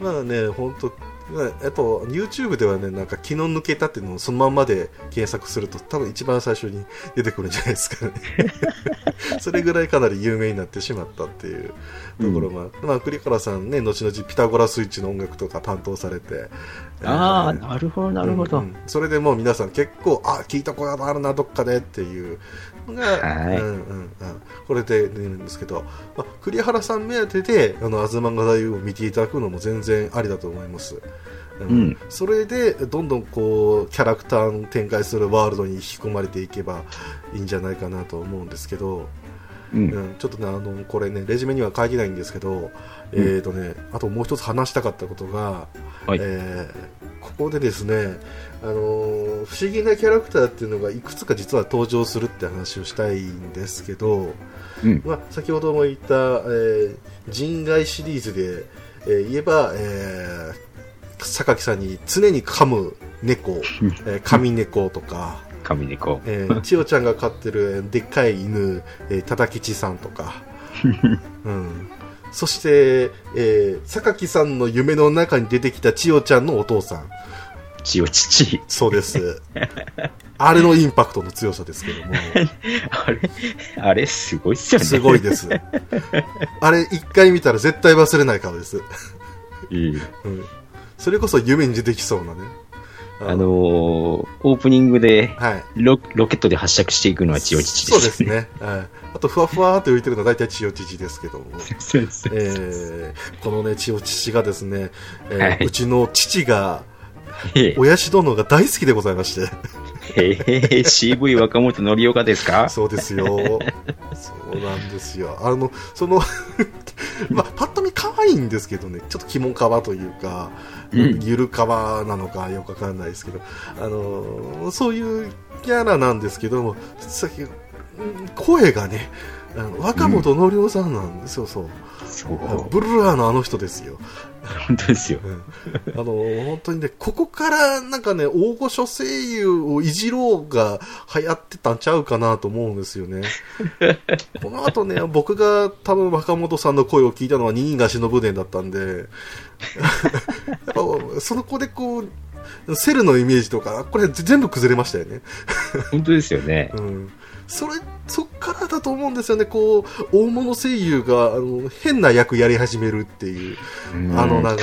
S1: まあね、本当まあやっぱ YouTube ではね、なんか気の抜けたっていうのをそのまんまで検索すると多分一番最初に出てくるんじゃないですかね。それぐらいかなり有名になってしまったっていうところもあって、まあ栗原さんね、後々ピタゴラスイッチの音楽とか担当されて、
S2: ああ、
S1: えー
S2: なるほど、なるほど、
S1: うんうんそれでもう皆さん結構あ聞いたことあるなどっかでっていうのが、
S2: はい
S1: うんうんうん、これで出るんですけど、まあ、栗原さん目当てで「あのアズマンガ大王」を見ていただくのも全然ありだと思います、うん
S2: うん
S1: それでどんどんこうキャラクターの展開するワールドに引き込まれていけばいいんじゃないかなと思うんですけど、
S2: う、
S1: うんん、ちょっとねあのこれねレジュメには書いてないんですけど、えーとね、あともう一つ話したかったことが、
S2: はい
S1: えーここでですね、あのー不思議なキャラクターっていうのがいくつか実は登場するって話をしたいんですけど、
S2: うん、
S1: まあ、先ほども言った、えー人外シリーズで、えー言えば、えー榊さんに常に噛む猫、えー、
S2: <laughs>
S1: 神猫とか、
S2: 神猫、
S1: えー、千代ちゃんが飼ってるえーでっかい犬、えー、ただきちさんと
S2: <laughs>
S1: か、うん、そして、えー、榊さんの夢の中に出てきた千代ちゃんのお父さん
S2: 千代父、
S1: そうです
S2: <laughs>
S1: あれのインパクトの強さですけども
S2: あれ、あれ、すごいっすよね。
S1: すごいですあれ一回見たら絶対忘れない顔です、
S2: うん
S1: うん、それこそ夢に出てきそうなね
S2: あのー、オープニングで
S1: はい
S2: ロロケットで発射していくのは千代父
S1: そう
S2: で
S1: ですす
S2: ね。
S1: ね、はい、あとふわふわーって浮いてるのは大体千代父ですけども
S2: そうですね。
S1: えーこのね、千代父がですね、えー
S2: はいう
S1: ちの父が、
S2: <laughs> え
S1: 親父殿が大好きでございまして。
S2: ええ CV 若元のりおかですか
S1: そうです
S2: <laughs>
S1: よ。そうなんですよ。あの、その、 <laughs> まあ、パッと見可愛いんですけどね、ちょっと肝皮というか、
S2: うん
S1: ゆる皮なのかよくわかんないですけど、あのーそういうキャラなんですけども、さっき、うん声がね、あの若本のりおさんなんですよ、そう
S2: そう、
S1: あの
S2: 本
S1: ブルーラーのあの人ですよ、
S2: 当ですよ。
S1: あの本当にね、ここからなんかね、大御所声優をいじろうが流行ってたんちゃうかなと思うんですよね。この後ね、僕が多分若本さんの声を聞いたのは二人が忍ぶ伝だったんで、 <laughs> やっぱその子でこう、セルのイメージとか、これ全部崩れましたよね。
S2: 本当ですよね。
S1: うんそれそっからだと思うんですよね、こう大物声優があの変な役やり始めるっていう、
S2: うん
S1: あの流れ
S2: 確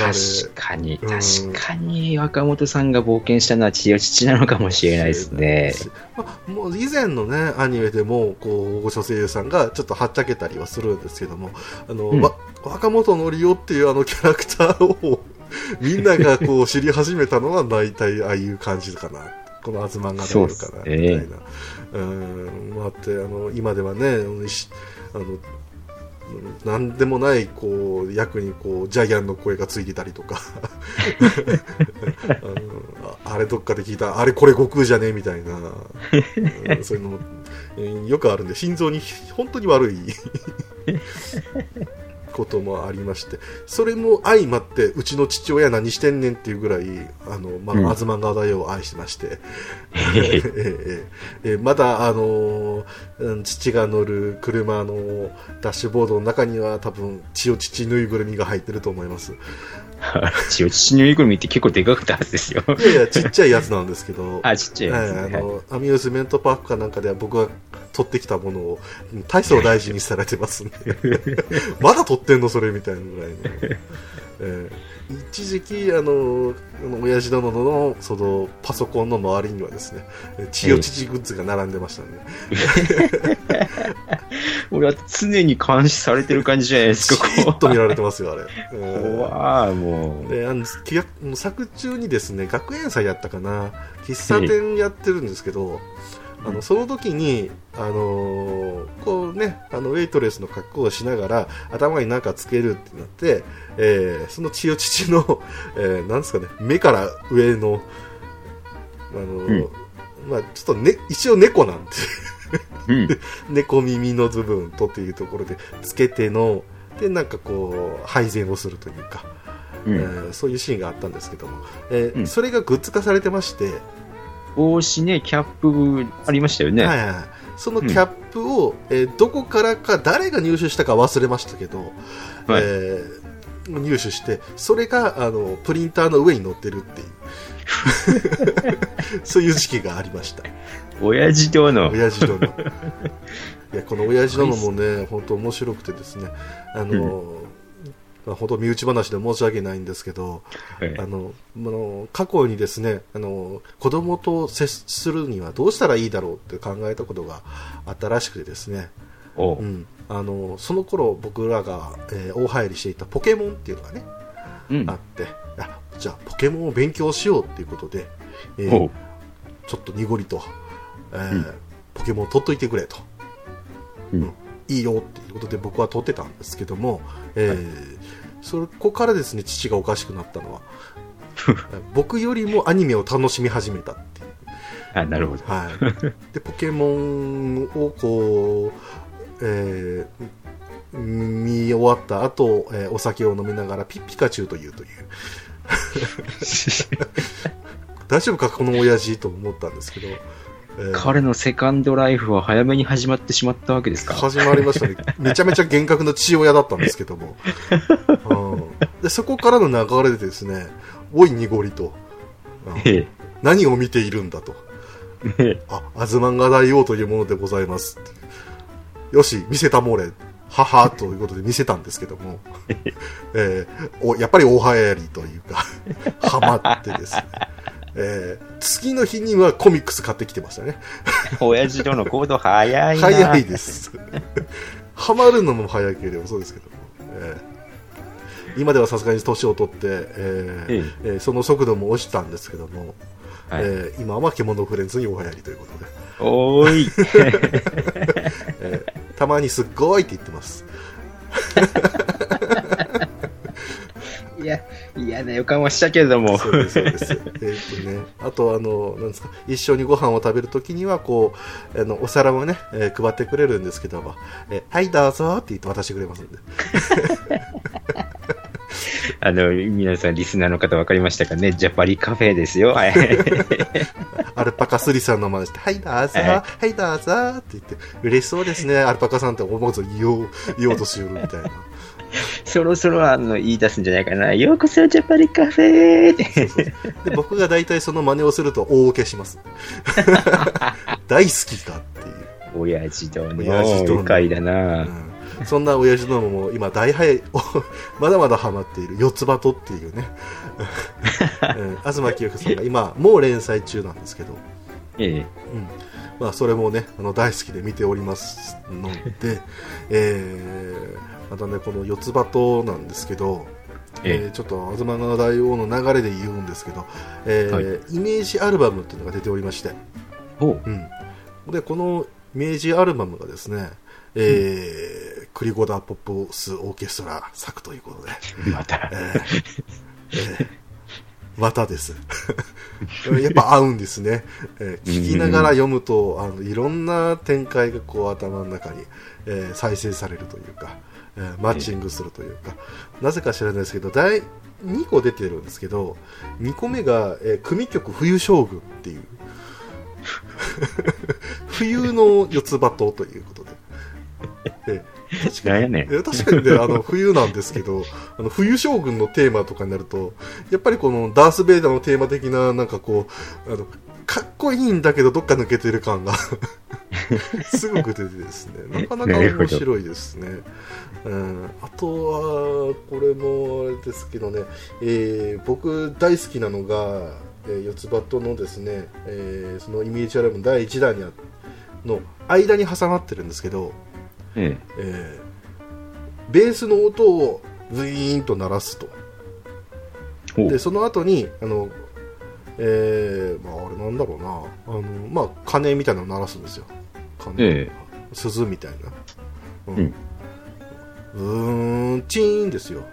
S2: かに、
S1: うん
S2: 確かに、若本さんが冒険したのは父よ父なのかもしれないですね。
S1: まあ、もう以前のねアニメでもこうご所声優さんがちょっとはっちゃけたりはするんですけどもあの、
S2: うん
S1: わ若元のりおっていうあのキャラクターをみんながこう知り始めたのは大体ああいう感じかなこの「あずまんが」
S2: そう
S1: る
S2: っ
S1: か
S2: す
S1: なみた
S2: ね
S1: いな、うんまああってあの今ではねあのしあのなんでもないこう役にこうジャイアンの声がついてたりとかあのああれどっかで聞いたあれこれ悟空じゃねみたいな、うんそういうのも、うんよくあるんで心臓に本当に悪いこともありましてそれも相まってうちの父親何してんねんっていうぐらいあの、まあ
S2: うん
S1: 東川大王を愛してまして。
S2: へ
S1: <laughs>
S2: へ
S1: ええええまだ、あのーうん父が乗る車のダッシュボードの中には多分血を父ぬいぐるみが入ってると思います
S2: 父よ父のぬいぐるみって結構でかかったは
S1: <laughs>
S2: ずですよ。
S1: いやいやちっちゃいやつなんですけ
S2: <laughs>
S1: ど
S2: あ、ちっちゃい
S1: はい
S2: や
S1: あ
S2: つね。はい
S1: のアミューズメントパークかなんかでは僕が取ってきたものをうん大層大事にされてます <laughs> んでまだ取ってんのそれみたいなぐらいの、 <laughs> ええ一時期あのあの親父殿のそのパソコンの周りにはですね血を父グッズが並んでましたね、 <laughs>
S2: 俺は常に監視されてる感じじゃないですか、
S1: じーっと見られてますよ、あれ。うん
S2: 怖い、もう。
S1: であのきやもう作中にですね学園祭やったかな喫茶店やってるんですけど、あのその時に、あのーこうね、あのウェイトレスの格好をしながら頭に何かつけるってなって、えーその千代父の、 <laughs> えーなんですかね、目から上の、あのーまあ、ちょっと、ね、一応猫なんで
S2: うん。
S1: <laughs> 猫耳の部分とっていうところでつけてのでなんかこう配膳をするというか、
S2: う
S1: え
S2: ん。
S1: ーそういうシーンがあったんですけども、えー
S2: うん
S1: それがグッズ化されてまして、
S2: 帽子ね、キャップありましたよね。
S1: はいはいはいそのキャップを、えーどこからか誰が入手したか忘れましたけど、
S2: はい
S1: えー入手してそれがあのプリンターの上に載ってるっていう
S2: <laughs>
S1: そういう時期がありました。
S2: 親父との。
S1: 親父
S2: <laughs>
S1: 殿いやこの親父殿もね本当面白くてですねあの、まあ本当身内話で申し訳ないんですけど、
S2: はい
S1: あのあの過去にですねあの子供と接するにはどうしたらいいだろうって考えたことがあったらしくてですね、
S2: お
S1: う、
S2: うん
S1: あのその頃僕らが、えー大入りしていたポケモンっていうのがね、
S2: うん
S1: あってあじゃあポケモンを勉強しようっていうことで、えー
S2: おう
S1: ちょっと濁りと、えー
S2: うん
S1: ポケモン取っといてくれと、
S2: うん
S1: いいよっていうことで僕は取ってたんですけども、えーそこからですね父がおかしくなったのは僕よりもアニメを楽しみ始めたっていう
S2: あ、
S1: <laughs>
S2: なるほど。
S1: はい、でポケモンをこう、えー見終わった後、えーお酒を飲みながらピッピカチュウというという大丈夫かこの親父と思ったんですけど、えー
S2: 彼のセカンドライフは早めに始まってしまったわけですか。
S1: 始まりましたね。めちゃめちゃ厳格な父親だったんですけども。うん、でそこからの流れでですね、おい濁りと、うん
S2: え
S1: 何を見ているんだと。
S2: ええ
S1: あ、アズマンガ大王というものでございます。よし、見せたもれ。ははということで見せたんですけども、えーおやっぱり大流行りというか、 <laughs> ハマってですね、えー次の日にはコミックス買ってきてましたね。
S2: え親父との行動早いな。
S1: 早いです。 <laughs> ハマるのも早ければそうですけども、ええ今ではさすがに年を取って、ええ
S2: え
S1: ええその速度も落ちたんですけども、
S2: えはい
S1: ええ今は獣フレンズにお流行りということで、
S2: おーい。
S1: ええたまにすっごいって言ってます。
S2: や、嫌な予感はしたけれども。
S1: そうですそう
S2: <laughs>
S1: です。えーっとね、あとあのなんですか一緒にご飯を食べるときにはこうあのお皿もね、えー配ってくれるんですけども、えーはいどうぞって言って渡してくれますんで。
S2: あの、皆さん、リスナーの方分かりましたかねジャパリカフェですよ。はい。
S1: アルパカスリさんの真似して、はい、どうぞ、
S2: は
S1: はい、どうぞって言って、嬉しそうですね、アルパカさんって思わず言おう、言おうとしよるみ <laughs> たいな。
S2: <laughs> そろそろ、あの、言い出すんじゃないかな。ようこそ、ジャパリカフェって。
S1: で、僕が大体その真似をすると大受けし <laughs> ます。大好きかっていう。
S2: 親父との
S1: 親父との
S2: 愉快だ
S1: う
S2: な。
S1: んそんな親父どもも今大早いまだまだハマっている四つ葉とっていう <laughs> ね、うん、東清子さんが今もう連載中なんですけど、
S2: ええ。
S1: うんまあ、それもねあの大好きで見ておりますの
S2: <laughs>
S1: で、えーまたねこの四つ葉となんですけど、え
S2: え
S1: ーちょっと東の大王の流れで言うんですけど、えー
S2: は
S1: イメージアルバムっていうのが出ておりまして、
S2: ほう。
S1: うん、でこのイメージアルバムがですね、えークリゴダ・ポップス・オーケストラ作ということで、
S2: また。
S1: またです。やっぱ合うんですね。えー聞きながら読むと、あのいろんな展開がこう頭の中に、えー再生されるというか、えーマッチングするというか、なぜか知らないですけど、第2個出てるんですけど、2個目が、えー組曲冬将軍っていう、 <laughs> 冬の四つ葉とということで。えー確かに
S2: なんやねん。
S1: え確かにね、あの冬なんですけど、あの冬将軍のテーマとかになると、やっぱりこのダース・ベイダーのテーマ的な、なんかこう、あのかっこいいんだけど、どっか抜けてる感がすごく出てですね、なかなか面白いですね。うん、あとは、これもあれですけどね、えー僕大好きなのが、えー四つ葉とのですね、えーそのイメージアルバム第1弾にあの間に挟まってるんですけど、
S2: え
S1: えーベースの音をズイーンと鳴らすと
S2: え。ほ
S1: で
S2: う。
S1: その後にあのえーまああれなんだろうなあのまあ鐘みたいなの鳴らすんですよ鐘、
S2: ええ
S1: 鈴みたいなう
S2: うん
S1: うーんチーンですよ、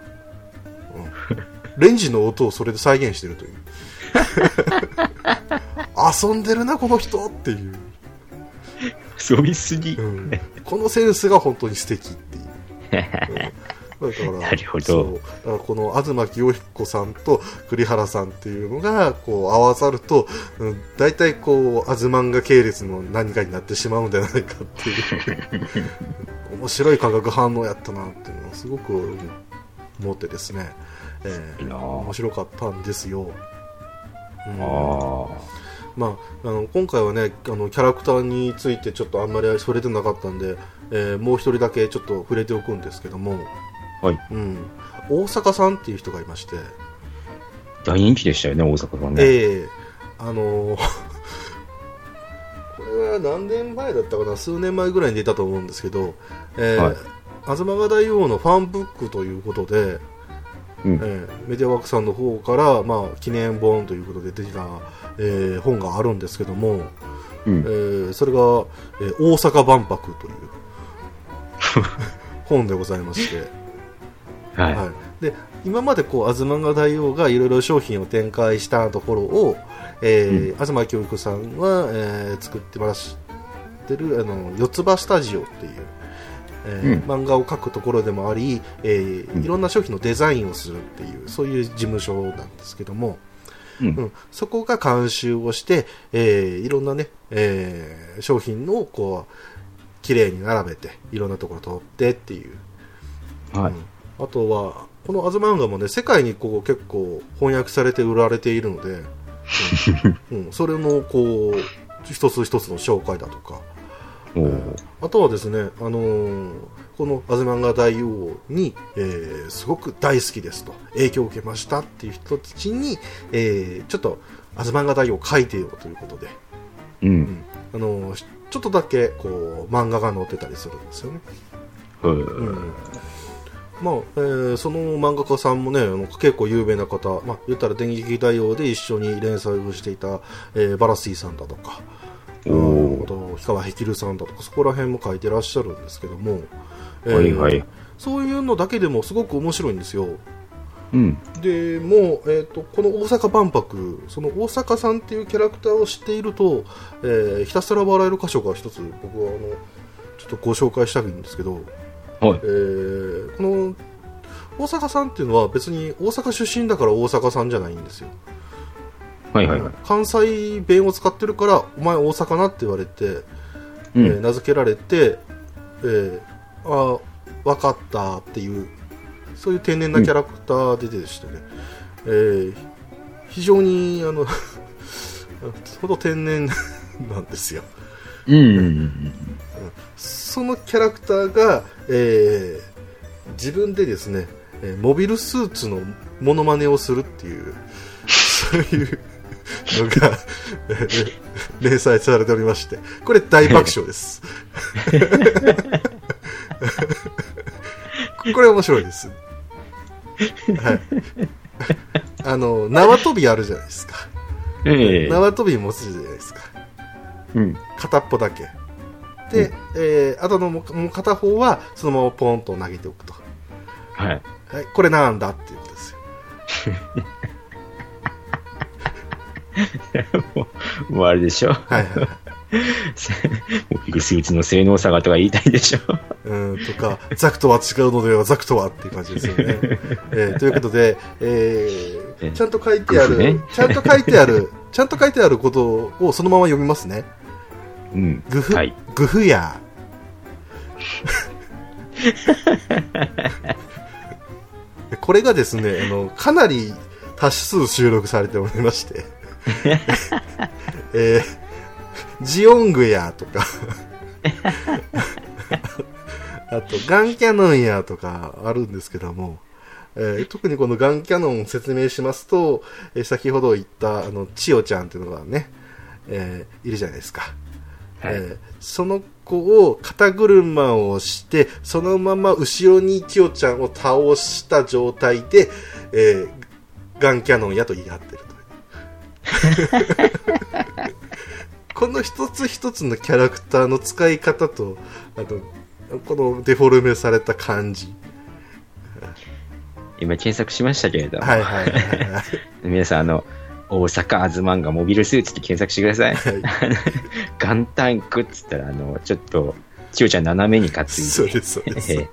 S1: うん、レンジの音をそれで再現してるという遊んでるなこの人っていう、
S2: 遊びすぎ
S1: う。ん、このセンスが本当に素敵
S2: <laughs>
S1: っていうだから、
S2: なるほど
S1: そうだからこの東清彦さんと栗原さんっていうのがこう合わさると、うん、大体こう、アズマンガ系列の何かになってしまうんじゃないかっていう、
S2: <laughs>
S1: 面白い化学反応やったなっていうのをすごくうん思ってですね、えー
S2: いいなあ
S1: 面白かったんですよ。うん
S2: あ
S1: まあ、あの今回はねあのキャラクターについてちょっとあんまり触れてなかったんで、えーもう一人だけちょっと触れておくんですけども、
S2: はい
S1: うん、大阪さんっていう人がいまして、
S2: あ。大人気でしたよね、大阪さんね。
S1: ええあのー <laughs> これは何年前だったかな数年前ぐらいに出たと思うんですけど、えー
S2: はい
S1: 東が大王のファンブックということで、
S2: うん
S1: えーメディアワークさんの方から、まあ、記念本ということで出てきた、えー本があるんですけども、
S2: う
S1: え
S2: ん。
S1: ーそれが、えー大阪万博という
S2: <laughs>
S1: 本でございまして、
S2: は
S1: はい、で今までこう東が大王がいろいろ商品を展開したところを、えー東教育さんは、えー作ってらしてるあの四つ葉スタジオっていう、えー漫画を描くところでもあり、えー
S2: うん
S1: いろんな商品のデザインをするっていうそういう事務所なんですけども、
S2: い。う。
S1: うんん、そこが監修をして、えーいろんなね、えー商品をこう綺麗に並べていろんなところ取ってっていう、
S2: はい。
S1: うんあとはこの「アズマンガ」もね世界にこう結構翻訳されて売られているので、うんうんそれのこう一つ一つの紹介だとか
S2: おお。
S1: あとはですね、あのーこの「アズマンガ大王に」えーすごく大好きですと影響を受けましたっていう人たちに、えーちょっと「アズマンガ大王」書いてよということで、
S2: う。
S1: うんんあのーちょっとだけこう漫画が載ってたりするんですよね。
S2: うん。
S1: まあえーその漫画家さんもねあの結構有名な方、まあ、言ったら電撃大王で一緒に連載をしていた、えーバラスイさんだとか
S2: おー
S1: あと氷川ヘキルさんだとかそこら辺も書いてらっしゃるんですけども、えー
S2: はいはい
S1: そういうのだけでもすごく面白いんですよ。
S2: ううん。
S1: でもう、えー、とこの大阪万博その大阪さんっていうキャラクターを知っていると、えーひたすら笑える箇所が一つ僕はあのちょっとご紹介したいんですけど、
S2: はい
S1: え。ーこの大阪さんっていうのは別に大阪出身だから大阪さんじゃないんですよ、
S2: はいはいはい。
S1: 関西弁を使ってるからお前大阪なって言われて、
S2: う
S1: えー
S2: ん。
S1: 名付けられて、えーあ分かったっていうそういう天然なキャラクターででしたね、えー非常にあの <laughs> ほど天然なんですよ
S2: うんうんうん
S1: そのキャラクターが、えー自分でですねえーモビルスーツのモノマネをするっていうそういうのが <laughs> えー連載されておりましてこれ大爆笑です <laughs> これ面白いですはいあの縄跳びあるじゃないですか
S2: うん。ええ。
S1: 縄跳び持つじゃないですか
S2: うん。
S1: 片っぽだけで、えーあとのももう片方はそのままポンと投げておくと、
S2: はい。
S1: はい、これなんだっていうことですよ
S2: もう、もうあれでしょ。
S1: はいは
S2: <laughs>
S1: いはい
S2: モビルスーツの性能差がとか言いたいんでしょ。
S1: うんとかザクとは違うのではザクとはっていう感じですよね、えーということで、えー
S2: え
S1: ちゃんと書いてある、
S2: 工夫ね
S1: ちゃんと書いてあるちゃんと書いてあることをそのまま読みますね
S2: うん。
S1: グフ、
S2: はい
S1: グフ
S2: <laughs>
S1: やこれがですねあのかなり多数収録されておりまして
S2: <laughs>
S1: えージオングやと
S2: <laughs>
S1: かあとガンキャノンやとかあるんですけども、えー特にこのガンキャノンを説明しますと、えー先ほど言ったあの千代ちゃんっていうのがね、えーいるじゃないですか、
S2: はい
S1: え。ーその子を肩車をしてそのまま後ろにキヨちゃんを倒した状態で、えーガンキャノンやと言い張ってるという <laughs> この一つ一つのキャラクターの使い方とあのこのデフォルメされた感じ
S2: 今検索しましたけれども、
S1: はいはいはいはい
S2: 皆さん、あの、大阪アズマンガモビルスーツって検索してくださ
S1: <laughs>
S2: い。
S1: は
S2: 元旦グっつったら、あの、ちょっと、千代ちゃん斜めに担い
S1: い
S2: で、
S1: <laughs> そうですそうです
S2: ええ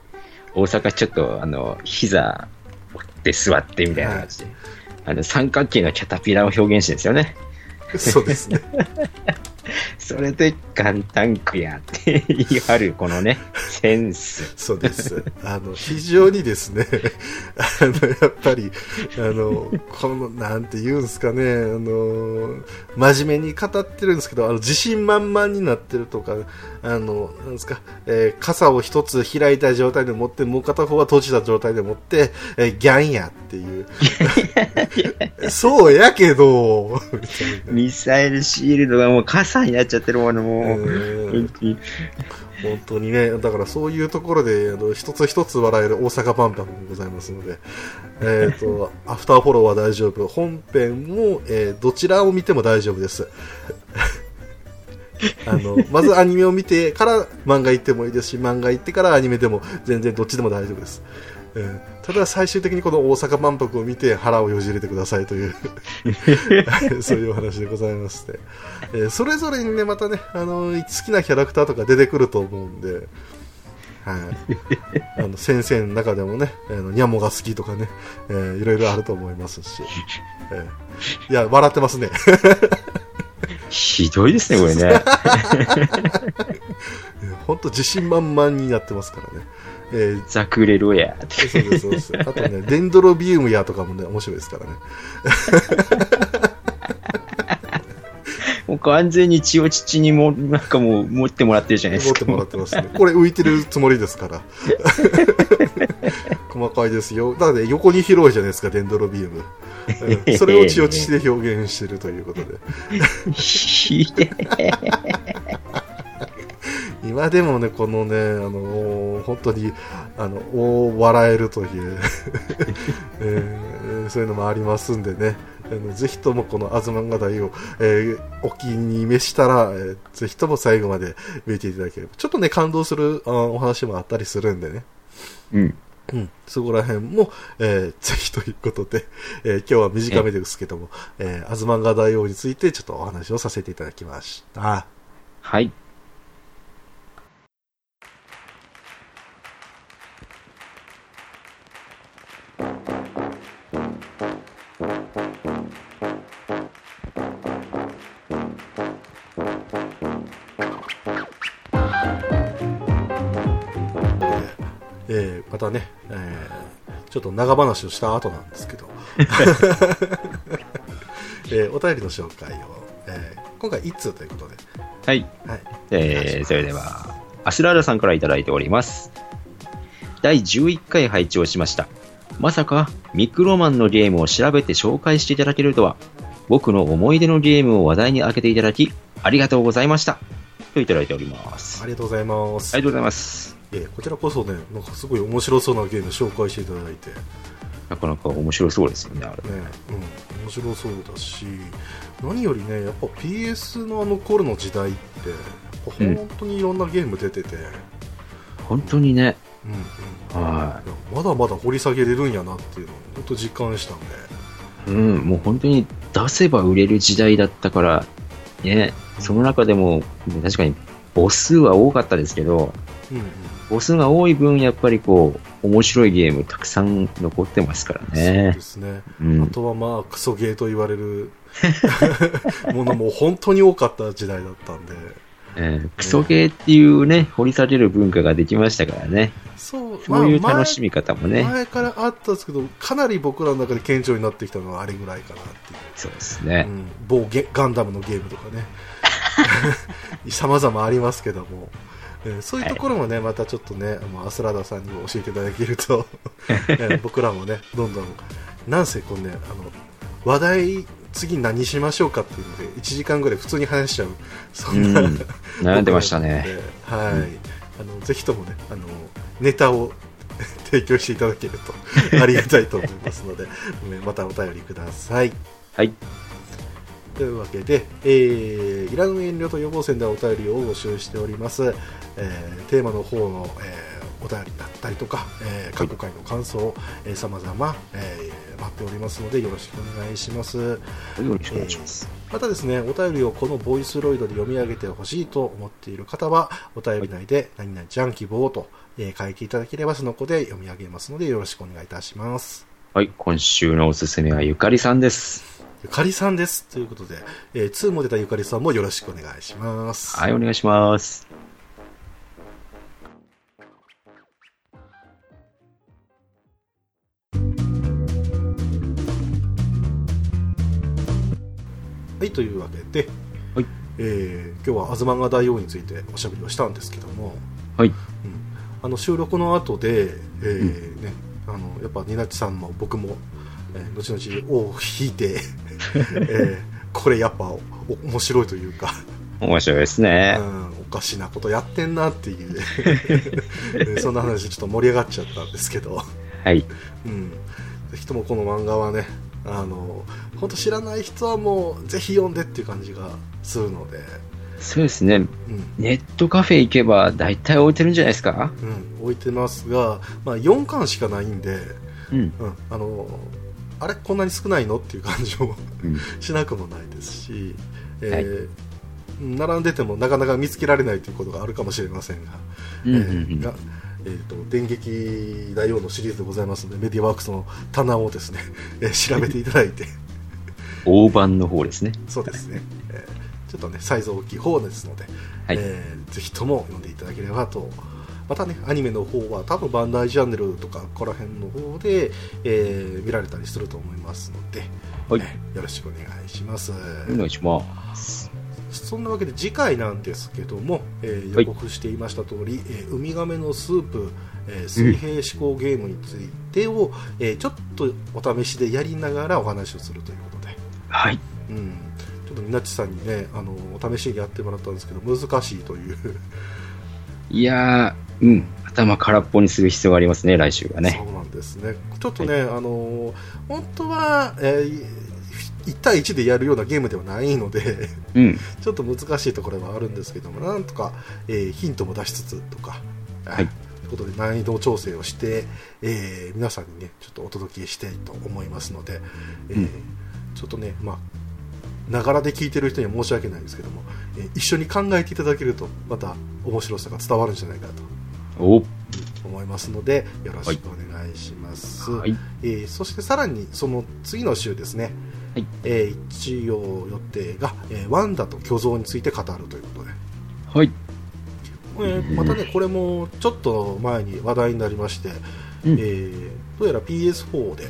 S2: 大阪ちょっと、あの、膝折って座ってみたいな感じで、あの、三角形のキャタピラを表現してるんですよね。
S1: そうですね
S2: それで元旦クやって言い張る、こ
S1: <laughs>
S2: のね、センス。
S1: そうです。あの、非常にですね、あの、やっぱり、あの、この、なんて言うんですかね、あの、真面目に語ってるんですけど、あの、自信満々になってるとか、あの、なんですか、えー傘を一つ開いた状態で持って、もう片方は閉じた状態で持って、えーギャンやっていう。 <laughs> そうやけど、みたいな。
S2: ミサイルシールドがもう傘になっちゃってるもの、も
S1: うん
S2: う。本当に
S1: 本当にね、だからそういうところで、あの一つ一つ笑える大阪万博もございますので、えっ、と、アフターフォローは大丈夫、本編も、えーどちらを見ても大丈夫です。 <laughs> あのまずアニメを見てから漫画行ってもいいですし漫画行ってからアニメでも全然どっちでも大丈夫です、うんただ最終的にこの大阪万博を見て腹をよじ入れてくださいというそういうお話でございまして、えーそれぞれにねまたねあの好きなキャラクターとか出てくると思うんで、はい、あの先生の中でもねあのニャモが好きとかね、えーいろいろあると思いますし、えーいや笑ってますね
S2: ひどいですね、これ
S1: <laughs>
S2: ね。
S1: 本当自信満々になってますからね、えー
S2: ザクレロや。
S1: そうですそうですあとねデンドロビウムやとかもね面白いですからね
S2: もう完全に千代父にも、なんかもう持ってもらってるじゃないで
S1: 持
S2: す
S1: っ
S2: か。
S1: てもらってますね。これ浮いてるつもりですから。 <laughs> 細かいですよ。なので横に広いじゃないですか、デンドロビウム。うんそれを血を血で表現してるということで。
S2: ひでえ。
S1: 今でもね、このね、あの、本当に、あの、お笑えるという、 <laughs> えーそういうのもありますんでね。あのぜひともこの「アズマンガダイ」を、えーお気に召したら、えーぜひとも最後まで見ていただければちょっとね感動するあーお話もあったりするんでね
S2: うん。
S1: うん、そこら辺も、えー <laughs> ぜひということで、えー今日は短めですけども、えー、アズマンガ大王についてちょっとお話をさせていただきました。
S2: はい。
S1: えーまたね、えーちょっと長話をした後なんですけ
S2: <laughs>
S1: ど、えーお便りの紹介を、えー今回1通ということで、
S2: はい。
S1: はい、
S2: えーそれでは、アシュラーラさんからいただいております。第11回配置をしました。まさか、ミクロマンのゲームを調べて紹介していただけるとは、僕の思い出のゲームを話題に挙げていただき、ありがとうございました。といただいております。
S1: あ
S2: あ
S1: りがとうございます、
S2: りがとうございます。
S1: えーこちらこそねなんかすごい面白そうなゲーム紹介していただいて、ね
S2: なかなか面白そうですよね、あれ。
S1: うん、面白そうだし何よりねやっぱ PS のあの頃の時代って
S2: うん
S1: 本当にいろんなゲーム出てて、うん
S2: 本当にね、
S1: うん
S2: はい
S1: やまだまだ掘り下げれるんやなっていうのを本当実感したんで、
S2: い。うん、もう本当に出せば売れる時代だったから、ね、その中でも、確かに母数は多かったですけど、
S1: うんうん
S2: ボスが多い分、やっぱりこう、面白いゲームたくさん残ってますから
S1: そう
S2: ね
S1: で。すね、
S2: う
S1: あ
S2: ん。
S1: とはまあクソゲーと言われる <laughs> ものも本当に多かった時代だったんで
S2: えークソゲーっていうね、掘り下げる文化ができましたからね。
S1: そう
S2: そういう
S1: まあ
S2: 楽しみ方もね。
S1: 前からあったんですけどかなり僕らの中で顕著になってきたのはあれぐらいかなっていう
S2: そうです
S1: う
S2: ね。
S1: ん、某ゲガンダムのゲームとかね、 <laughs> さまざまありますけども、えーそういうところもね、またちょっとね、もうアスラダさんにも教えていただける
S2: <laughs>
S1: と、えー僕らもね、どんどん、なんせこうね、あの話題、次何しましょうかっていうので、1時間ぐらい普通に話しちゃう、そんな、
S2: うん悩んでましたね。
S1: 僕らなので。はい、あのぜひともね、あのネタを <laughs> 提供していただけるとありがたいと思いますので、 <laughs> ねまたお便りください。
S2: はい。
S1: というわけで、えー、いらぬ遠慮と予防線ではお便りを募集しております、えーテーマの方の、えーお便りだったりとか、えー、過去回の感想、えー、様々、えー待っておりますのでよろしくお願いします
S2: よろしくお願いします。
S1: またですねお便りをこのボイスロイドで読み上げてほしいと思っている方はお便り内で「何々ちゃん希望」と、えー書いていただければその子で読み上げますのでよろしくお願いいたします
S2: はい。今週のおすすめはゆかりさんです。
S1: ゆかりさんですということで、えー、2も出たゆかりさんもよろしくお願いします
S2: はい、お願いします。
S1: はい、というわけで、
S2: はい
S1: えー今日は「アズマンガ大王」についておしゃべりをしたんですけども、
S2: はい。
S1: うんあの収録の後で、えーね、あのやっぱニナッチさんも僕も、えー後々尾を引い
S2: <laughs>
S1: て、えーこれやっぱお面白いというか、
S2: 面白いです
S1: う
S2: ね。
S1: ん、おかしなことやってんなっていう
S2: <laughs>
S1: えーそんな話でちょっと盛り上がっちゃったんですけど。
S2: はい。
S1: うん、ぜひともこの漫画はねあの本当知らない人はもうぜひ読んでっていう感じがするので、
S2: そうですね。
S1: うん
S2: ネットカフェ行けば大体置いてるんじゃないですか
S1: うん、置いてますが、まあ、4巻しかないんで、
S2: うん。
S1: うん、あのあれこんなに少ないのっていう感じも <laughs>
S2: うん
S1: しなくもないですし、えー並んでてもなかなか見つけられないということがあるかもしれませんが。
S2: うんう
S1: えー
S2: ん
S1: がえーと電撃大王のシリーズでございますのでメディアワークスの棚をですね、えー調べていただいて
S2: うん。大判の方ですね。
S1: そうですね、えーちょっとね、サイズ大きい方ですので、
S2: はい
S1: えーぜひとも読んでいただければと、またね、アニメの方は、多分バンダイチャンネルとか、ここら辺の方で、えー見られたりすると思いますので、
S2: はい。
S1: えーよろしくお願いします。
S2: お願いします。
S1: そんなわけで次回なんですけども、えー
S2: はい
S1: 予告していました通り、えーウミガメのスープ、えー水平思考ゲームについてを、えーちょっとお試しでやりながらお話をするということで、
S2: はい。
S1: うん、ちょっとみなっちさんにねあのお試しにやってもらったんですけど難しいという、
S2: いやー、うん。頭空っぽにする必要がありますね、来週はね。
S1: そうなんですねちょっとね、あの本当は、え1対1でやるようなゲームではないので
S2: うん。
S1: ちょっと難しいところはあるんですけどもなんとか、えーヒントも出しつつとか、
S2: はい
S1: あことで難易度調整をして、えー皆さんにねちょっとお届けしたいと思いますので、えー
S2: うん
S1: ちょっとねまあながらで聞いてる人には申し訳ないですけども、えー一緒に考えていただけるとまた面白さが伝わるんじゃないかなと
S2: お
S1: 思いますのでよろしくお願いします、
S2: はい。
S1: えーそしてさらにその次の週ですね、
S2: はい
S1: えー一応予定が、えーワンダと巨像について語るということで
S2: はい。
S1: これまたねこれもちょっと前に話題になりまして、
S2: うん
S1: えーどうやら PS4 で、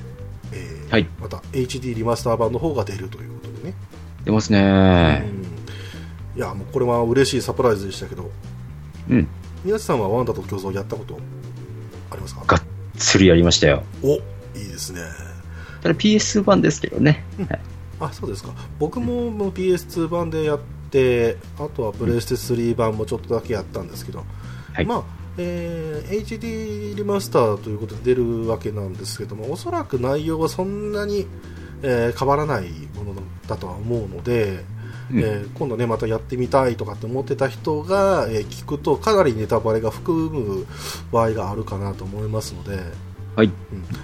S1: えー
S2: はい
S1: また HD リマスター版の方が出るということでね、
S2: 出ます
S1: う
S2: ね。
S1: んいやもうこれは嬉しいサプライズでしたけど
S2: うん。
S1: 宮地さんはワンダと巨像やったことありますか
S2: が釣りやりましたよ。
S1: おいいですね
S2: ただ PS 版ですけどね。はい
S1: あそうですか僕ももう PS2 版でやってあとはプレステ3版もちょっとだけやったんですけど、
S2: はい
S1: まあえー HD リマスターということで出るわけなんですけどもおそらく内容はそんなに、えー変わらないものだとは思うので、
S2: うん
S1: えー今度ねまたやってみたいとかって思ってた人が、えー聞くとかなりネタバレが含む場合があるかなと思いますので、
S2: はい。
S1: うん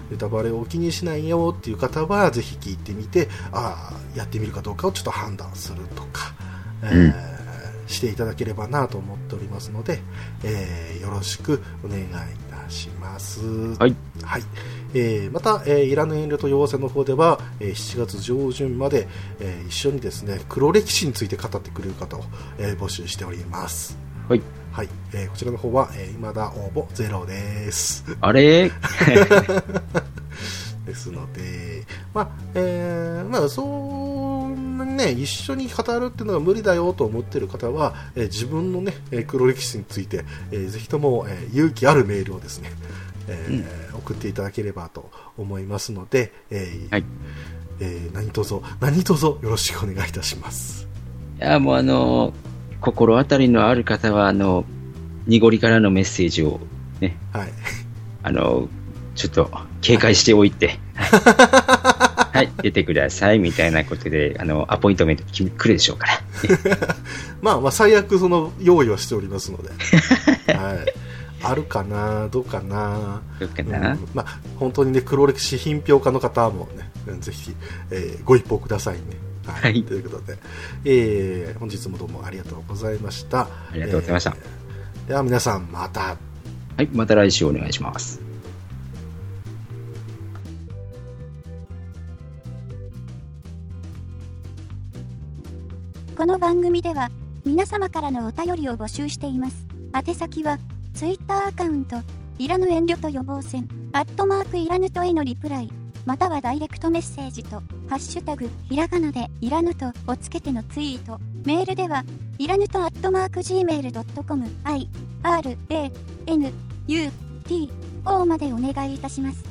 S1: ネタバレを気にしないよっていう方はぜひ聞いてみてああやってみるかどうかをちょっと判断するとか、えーしていただければなと思っておりますので、えーよろしくお願いいたします。
S2: はい。
S1: はいえーまた、えー、いらぬ遠慮と要請の方では、えー7月上旬まで、えー一緒にですね黒歴史について語ってくれる方を、えー募集しております。
S2: はい。
S1: はい、えーこちらの方は、えー、未だ応募ゼロです。
S2: あ <laughs> れ
S1: ですので、まあえーまあ、そんなにね一緒に語るっていうのが無理だよと思ってる方は、えー自分の、ね、えー黒歴史について、えーぜひとも、えー勇気あるメールをですね、えー送っていただければと思いますので、えー
S2: はい。い
S1: えー何卒何卒よろしくお願いいたします。
S2: や、もうあの、心当たりのある方は、あの、濁りからのメッセージをね、
S1: はい、 <laughs>
S2: あの、ちょっと警戒しておいて、 <laughs> はい、はい出てくださいみたいなことで、あの、アポイントメント来るでしょうから。
S1: まあまあ最悪その用意はしておりますの
S2: <laughs>
S1: で、はい、あるかなどうかな
S2: よっ
S1: う
S2: か
S1: ん
S2: な。
S1: まあ、本当にね黒歴史品評家の方もねうんぜひ、えーご一報くださいね。はい
S2: はい
S1: ということで、えー本日もどうもありがとうございました。あ
S2: ありがとうございました。
S1: では皆さんまた。
S2: はい、また来週お願いします。
S3: この番組では皆様からのお便りを募集しています。宛先は Twitter アカウントいらぬ遠慮と予防線アットマークいらぬとへのリプライまたはダイレクトメッセージとハッシュタグひらがなでいらぬとをつけてのツイートメールではいらぬとアットマーク gmail.com i r a n u t o までお願いいたします。